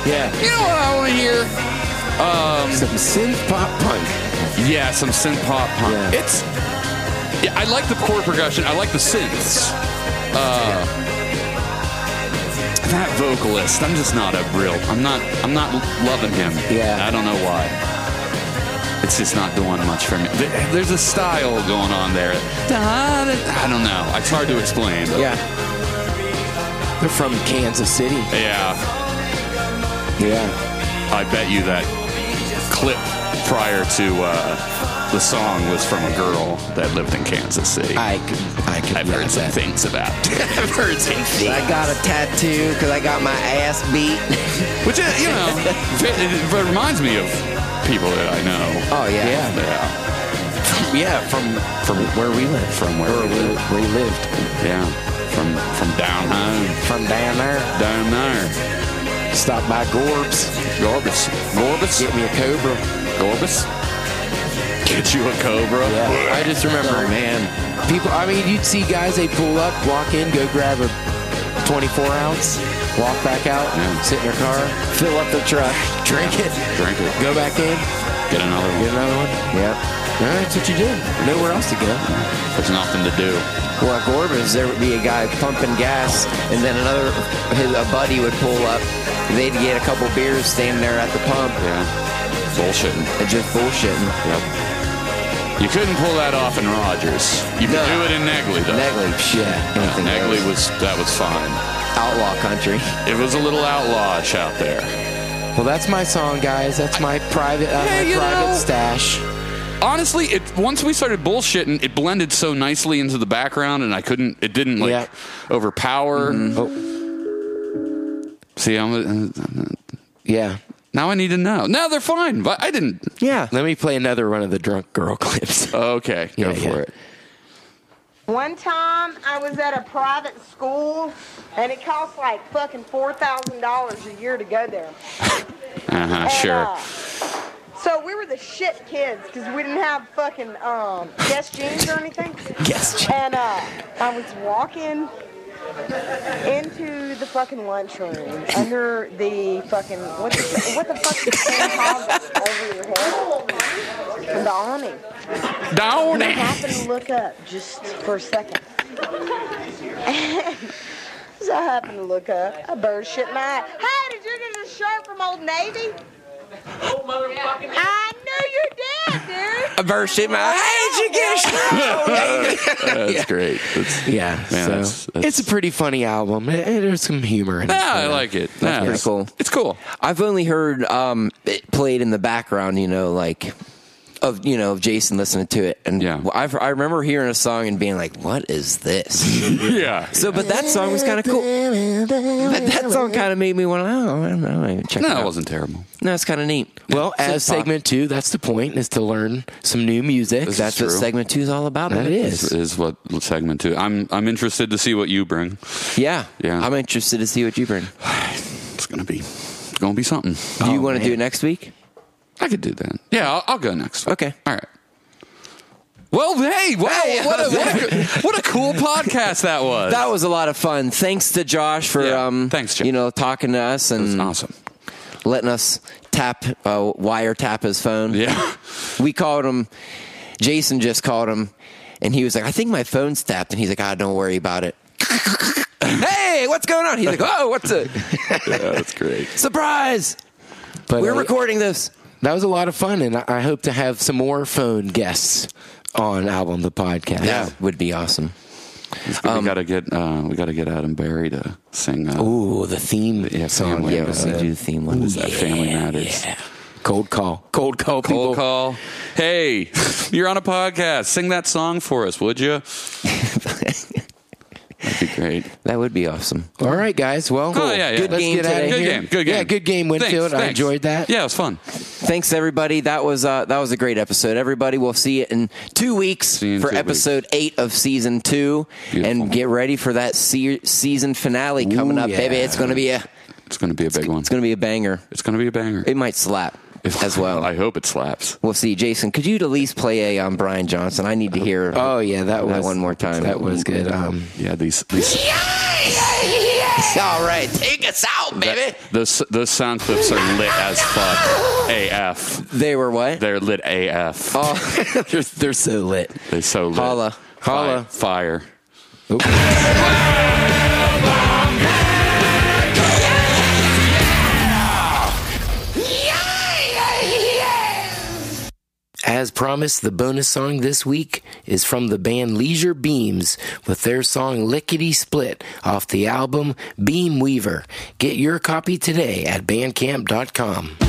Speaker 1: yeah.
Speaker 7: you know what I want to hear.
Speaker 1: Some synth pop punk.
Speaker 7: Yeah, some synth pop punk.
Speaker 1: Yeah.
Speaker 7: It's. Yeah, I like the chord progression. I like the synths. Uh, that vocalist, I'm just not a real. I'm not. I'm not loving him.
Speaker 1: Yeah.
Speaker 7: I don't know why. It's just not doing much for me. Th- There's a style going on there. I don't know. It's hard to explain. but-
Speaker 1: Yeah. They're from Kansas City.
Speaker 7: Yeah.
Speaker 1: Yeah.
Speaker 7: I bet you that clip prior to uh, the song was from a girl that lived in Kansas City.
Speaker 1: I could. I could.
Speaker 7: I've heard some things about. I've heard some things.
Speaker 3: I got a tattoo because I got my ass beat.
Speaker 7: Which is, you know, it, it- it reminds me of people that I know.
Speaker 3: Oh yeah.
Speaker 1: Yeah.
Speaker 7: Yeah.
Speaker 1: Yeah. From from where we live.
Speaker 7: From where we live.
Speaker 1: we lived.
Speaker 7: Yeah. From from down home,
Speaker 1: From down there.
Speaker 7: down there.
Speaker 1: Stop by Gorbs.
Speaker 7: Gorbis. Gorbis.
Speaker 1: Get me a Cobra.
Speaker 7: Gorbis. Get you a cobra.
Speaker 1: Yeah. I just remember,
Speaker 3: Oh, man.
Speaker 1: people. I mean, you'd see guys. They pull up, walk in, go grab a 24 ounce, walk back out,
Speaker 7: Yeah.
Speaker 1: sit in their car, fill up the truck, drink it,
Speaker 7: Drink it.
Speaker 1: go back in.
Speaker 7: Get another
Speaker 1: Get
Speaker 7: one.
Speaker 1: another one? Yep. All right, that's what you do. Nowhere else to go.
Speaker 7: There's nothing to do.
Speaker 3: Well, at Gorbin's, there would be a guy pumping gas, and then another, his, a buddy would pull up. They'd get a couple beers standing there at the pump
Speaker 7: Yeah. Bullshitting.
Speaker 3: and just bullshitting.
Speaker 7: Yep. You couldn't pull that off in Rogers. You could
Speaker 3: No.
Speaker 7: do it in Negley though.
Speaker 3: Negley, shit.
Speaker 7: Yeah,
Speaker 3: Nothing
Speaker 7: Negley
Speaker 3: goes.
Speaker 7: was that was fine.
Speaker 3: outlaw country.
Speaker 7: It was a little outlawish out there.
Speaker 1: Well, that's my song, guys. That's my private, uh, my private stash.
Speaker 7: honestly, it once we started bullshitting, it blended so nicely into the background, and I couldn't. It didn't like
Speaker 1: Yeah.
Speaker 7: overpower.
Speaker 1: Oh, Mm-hmm.
Speaker 7: See, I'm
Speaker 1: yeah.
Speaker 7: now I need to know. No, they're fine, but I didn't.
Speaker 1: Yeah. Let me play another one of the drunk girl clips.
Speaker 7: Okay, go
Speaker 1: Yeah,
Speaker 7: for
Speaker 1: yeah.
Speaker 7: it.
Speaker 11: One time I was at a private school and it cost like fucking $4,000 a year to go there.
Speaker 7: Uh huh.
Speaker 11: And,
Speaker 7: Sure.
Speaker 11: uh, so we were the shit kids because we didn't have fucking um, guest jeans or anything.
Speaker 1: Guest jeans.
Speaker 11: And uh, I was walking into the fucking lunchroom under the fucking what the, what the fuck is the thing called that's over your head? The awning.
Speaker 7: Down
Speaker 11: And I
Speaker 7: it.
Speaker 11: happened to look up just for a second. so I happened to look up. A bird shit my eye. Hey, did you get a shirt from Old Navy? I knew you did, dude.
Speaker 3: A verse in my hey, did you get a shirt?
Speaker 7: That's great. That's,
Speaker 1: Yeah. so
Speaker 7: that's- that's-
Speaker 1: it's a pretty funny album. It- it- there's some humor in it.
Speaker 7: yeah, I like it. yeah,
Speaker 3: pretty
Speaker 7: it's-
Speaker 3: cool.
Speaker 7: It's cool.
Speaker 3: I've only heard um, it played in the background, you know, like of you know of Jason listening to it, and
Speaker 7: Yeah.
Speaker 3: I've, I remember hearing a song and being like, "What is this?"
Speaker 7: Yeah.
Speaker 3: so, but that song was kind of cool. But that song kind of made me want to. Oh, I don't know. I check it
Speaker 7: No,
Speaker 3: out.
Speaker 7: it wasn't terrible.
Speaker 3: No, it's kind of neat.
Speaker 1: Well,
Speaker 3: It's
Speaker 1: as
Speaker 3: a pop-
Speaker 1: segment two, that's the point is to learn some new music.
Speaker 7: This
Speaker 3: That's
Speaker 7: is
Speaker 3: what
Speaker 7: true.
Speaker 3: segment two is all about.
Speaker 1: That
Speaker 3: man.
Speaker 1: is.
Speaker 7: This is what segment two. I'm I'm interested to see what you bring.
Speaker 3: Yeah,
Speaker 7: Yeah.
Speaker 3: I'm interested to see what you bring.
Speaker 7: It's gonna be it's gonna be something.
Speaker 3: Do you want to do
Speaker 1: man.
Speaker 3: it next week?
Speaker 7: I could do that. Yeah, I'll, I'll go next.
Speaker 3: Okay.
Speaker 7: All right. Well, hey, wow,
Speaker 3: Hey,
Speaker 7: what, a, what, a, what a cool podcast that was.
Speaker 3: That was a lot of fun. Thanks to Josh for
Speaker 7: Yeah.
Speaker 3: um,
Speaker 7: Thanks, Josh.
Speaker 3: you know, talking to us and
Speaker 7: was awesome.
Speaker 3: letting us tap uh, wire tap his phone.
Speaker 7: Yeah.
Speaker 3: we called him. Jason just called him, and he was like, "I think my phone's tapped," and he's like, "Ah, don't worry about it." hey, what's going on? He's like, "Oh, what's a
Speaker 7: yeah, that's great.
Speaker 3: surprise?
Speaker 1: But
Speaker 3: We're
Speaker 1: I-
Speaker 3: recording this."
Speaker 1: That was a lot of fun, and I- I hope to have some more phone guests on album the podcast.
Speaker 3: That would be awesome.
Speaker 7: we gotta get uh, we gotta get Adam Barry to sing. Uh,
Speaker 1: Ooh, the theme
Speaker 7: yeah,
Speaker 1: song.
Speaker 7: family,
Speaker 3: Yeah,
Speaker 7: uh,
Speaker 3: we should do the theme one.
Speaker 7: what is that? Family Matters.
Speaker 1: Cold call. Cold call.
Speaker 7: Cold
Speaker 1: people.
Speaker 7: call. Hey, you're on a podcast. Sing that song for us, would you? That'd be great.
Speaker 3: That would be awesome.
Speaker 1: All right, guys. Well,
Speaker 7: Oh, yeah, yeah.
Speaker 1: good
Speaker 7: Let's
Speaker 1: game
Speaker 3: get
Speaker 1: today.
Speaker 3: outta
Speaker 7: Good
Speaker 1: here.
Speaker 7: game. Good game.
Speaker 1: Yeah, good game, Winfield.
Speaker 7: Thanks,
Speaker 1: I
Speaker 7: thanks.
Speaker 1: enjoyed that.
Speaker 7: Yeah, it was fun.
Speaker 3: Thanks everybody. That was uh, that was a great episode. Everybody, we'll see you in two weeks
Speaker 7: you in
Speaker 3: for
Speaker 7: two
Speaker 3: episode eight of season two,
Speaker 7: Beautiful.
Speaker 3: and get ready for that se- season finale coming
Speaker 1: Ooh,
Speaker 3: up, baby.
Speaker 1: yeah.
Speaker 3: It's gonna be a
Speaker 7: It's gonna be a big one.
Speaker 3: it's gonna be a banger.
Speaker 7: It's gonna be a banger.
Speaker 3: It might slap as well.
Speaker 7: I hope it slaps.
Speaker 3: We'll see, Jason. Could you at least play a um, Brian Johnson? I need to hear.
Speaker 1: Oh yeah, that was
Speaker 3: one more time.
Speaker 1: That was good. Um,
Speaker 7: Yeah, these these
Speaker 3: All right, take us out, baby.
Speaker 7: those those sound clips are lit as fuck. AF.
Speaker 3: They were what?
Speaker 7: They're lit AF.
Speaker 3: oh,
Speaker 1: they're, they're so lit.
Speaker 7: They're so lit.
Speaker 3: holla.
Speaker 7: Holla. Fire.
Speaker 1: As promised, the bonus song this week is from the band Leisure Beams with their song Lickety Split off the album Beam Weaver. Get your copy today at bandcamp.com.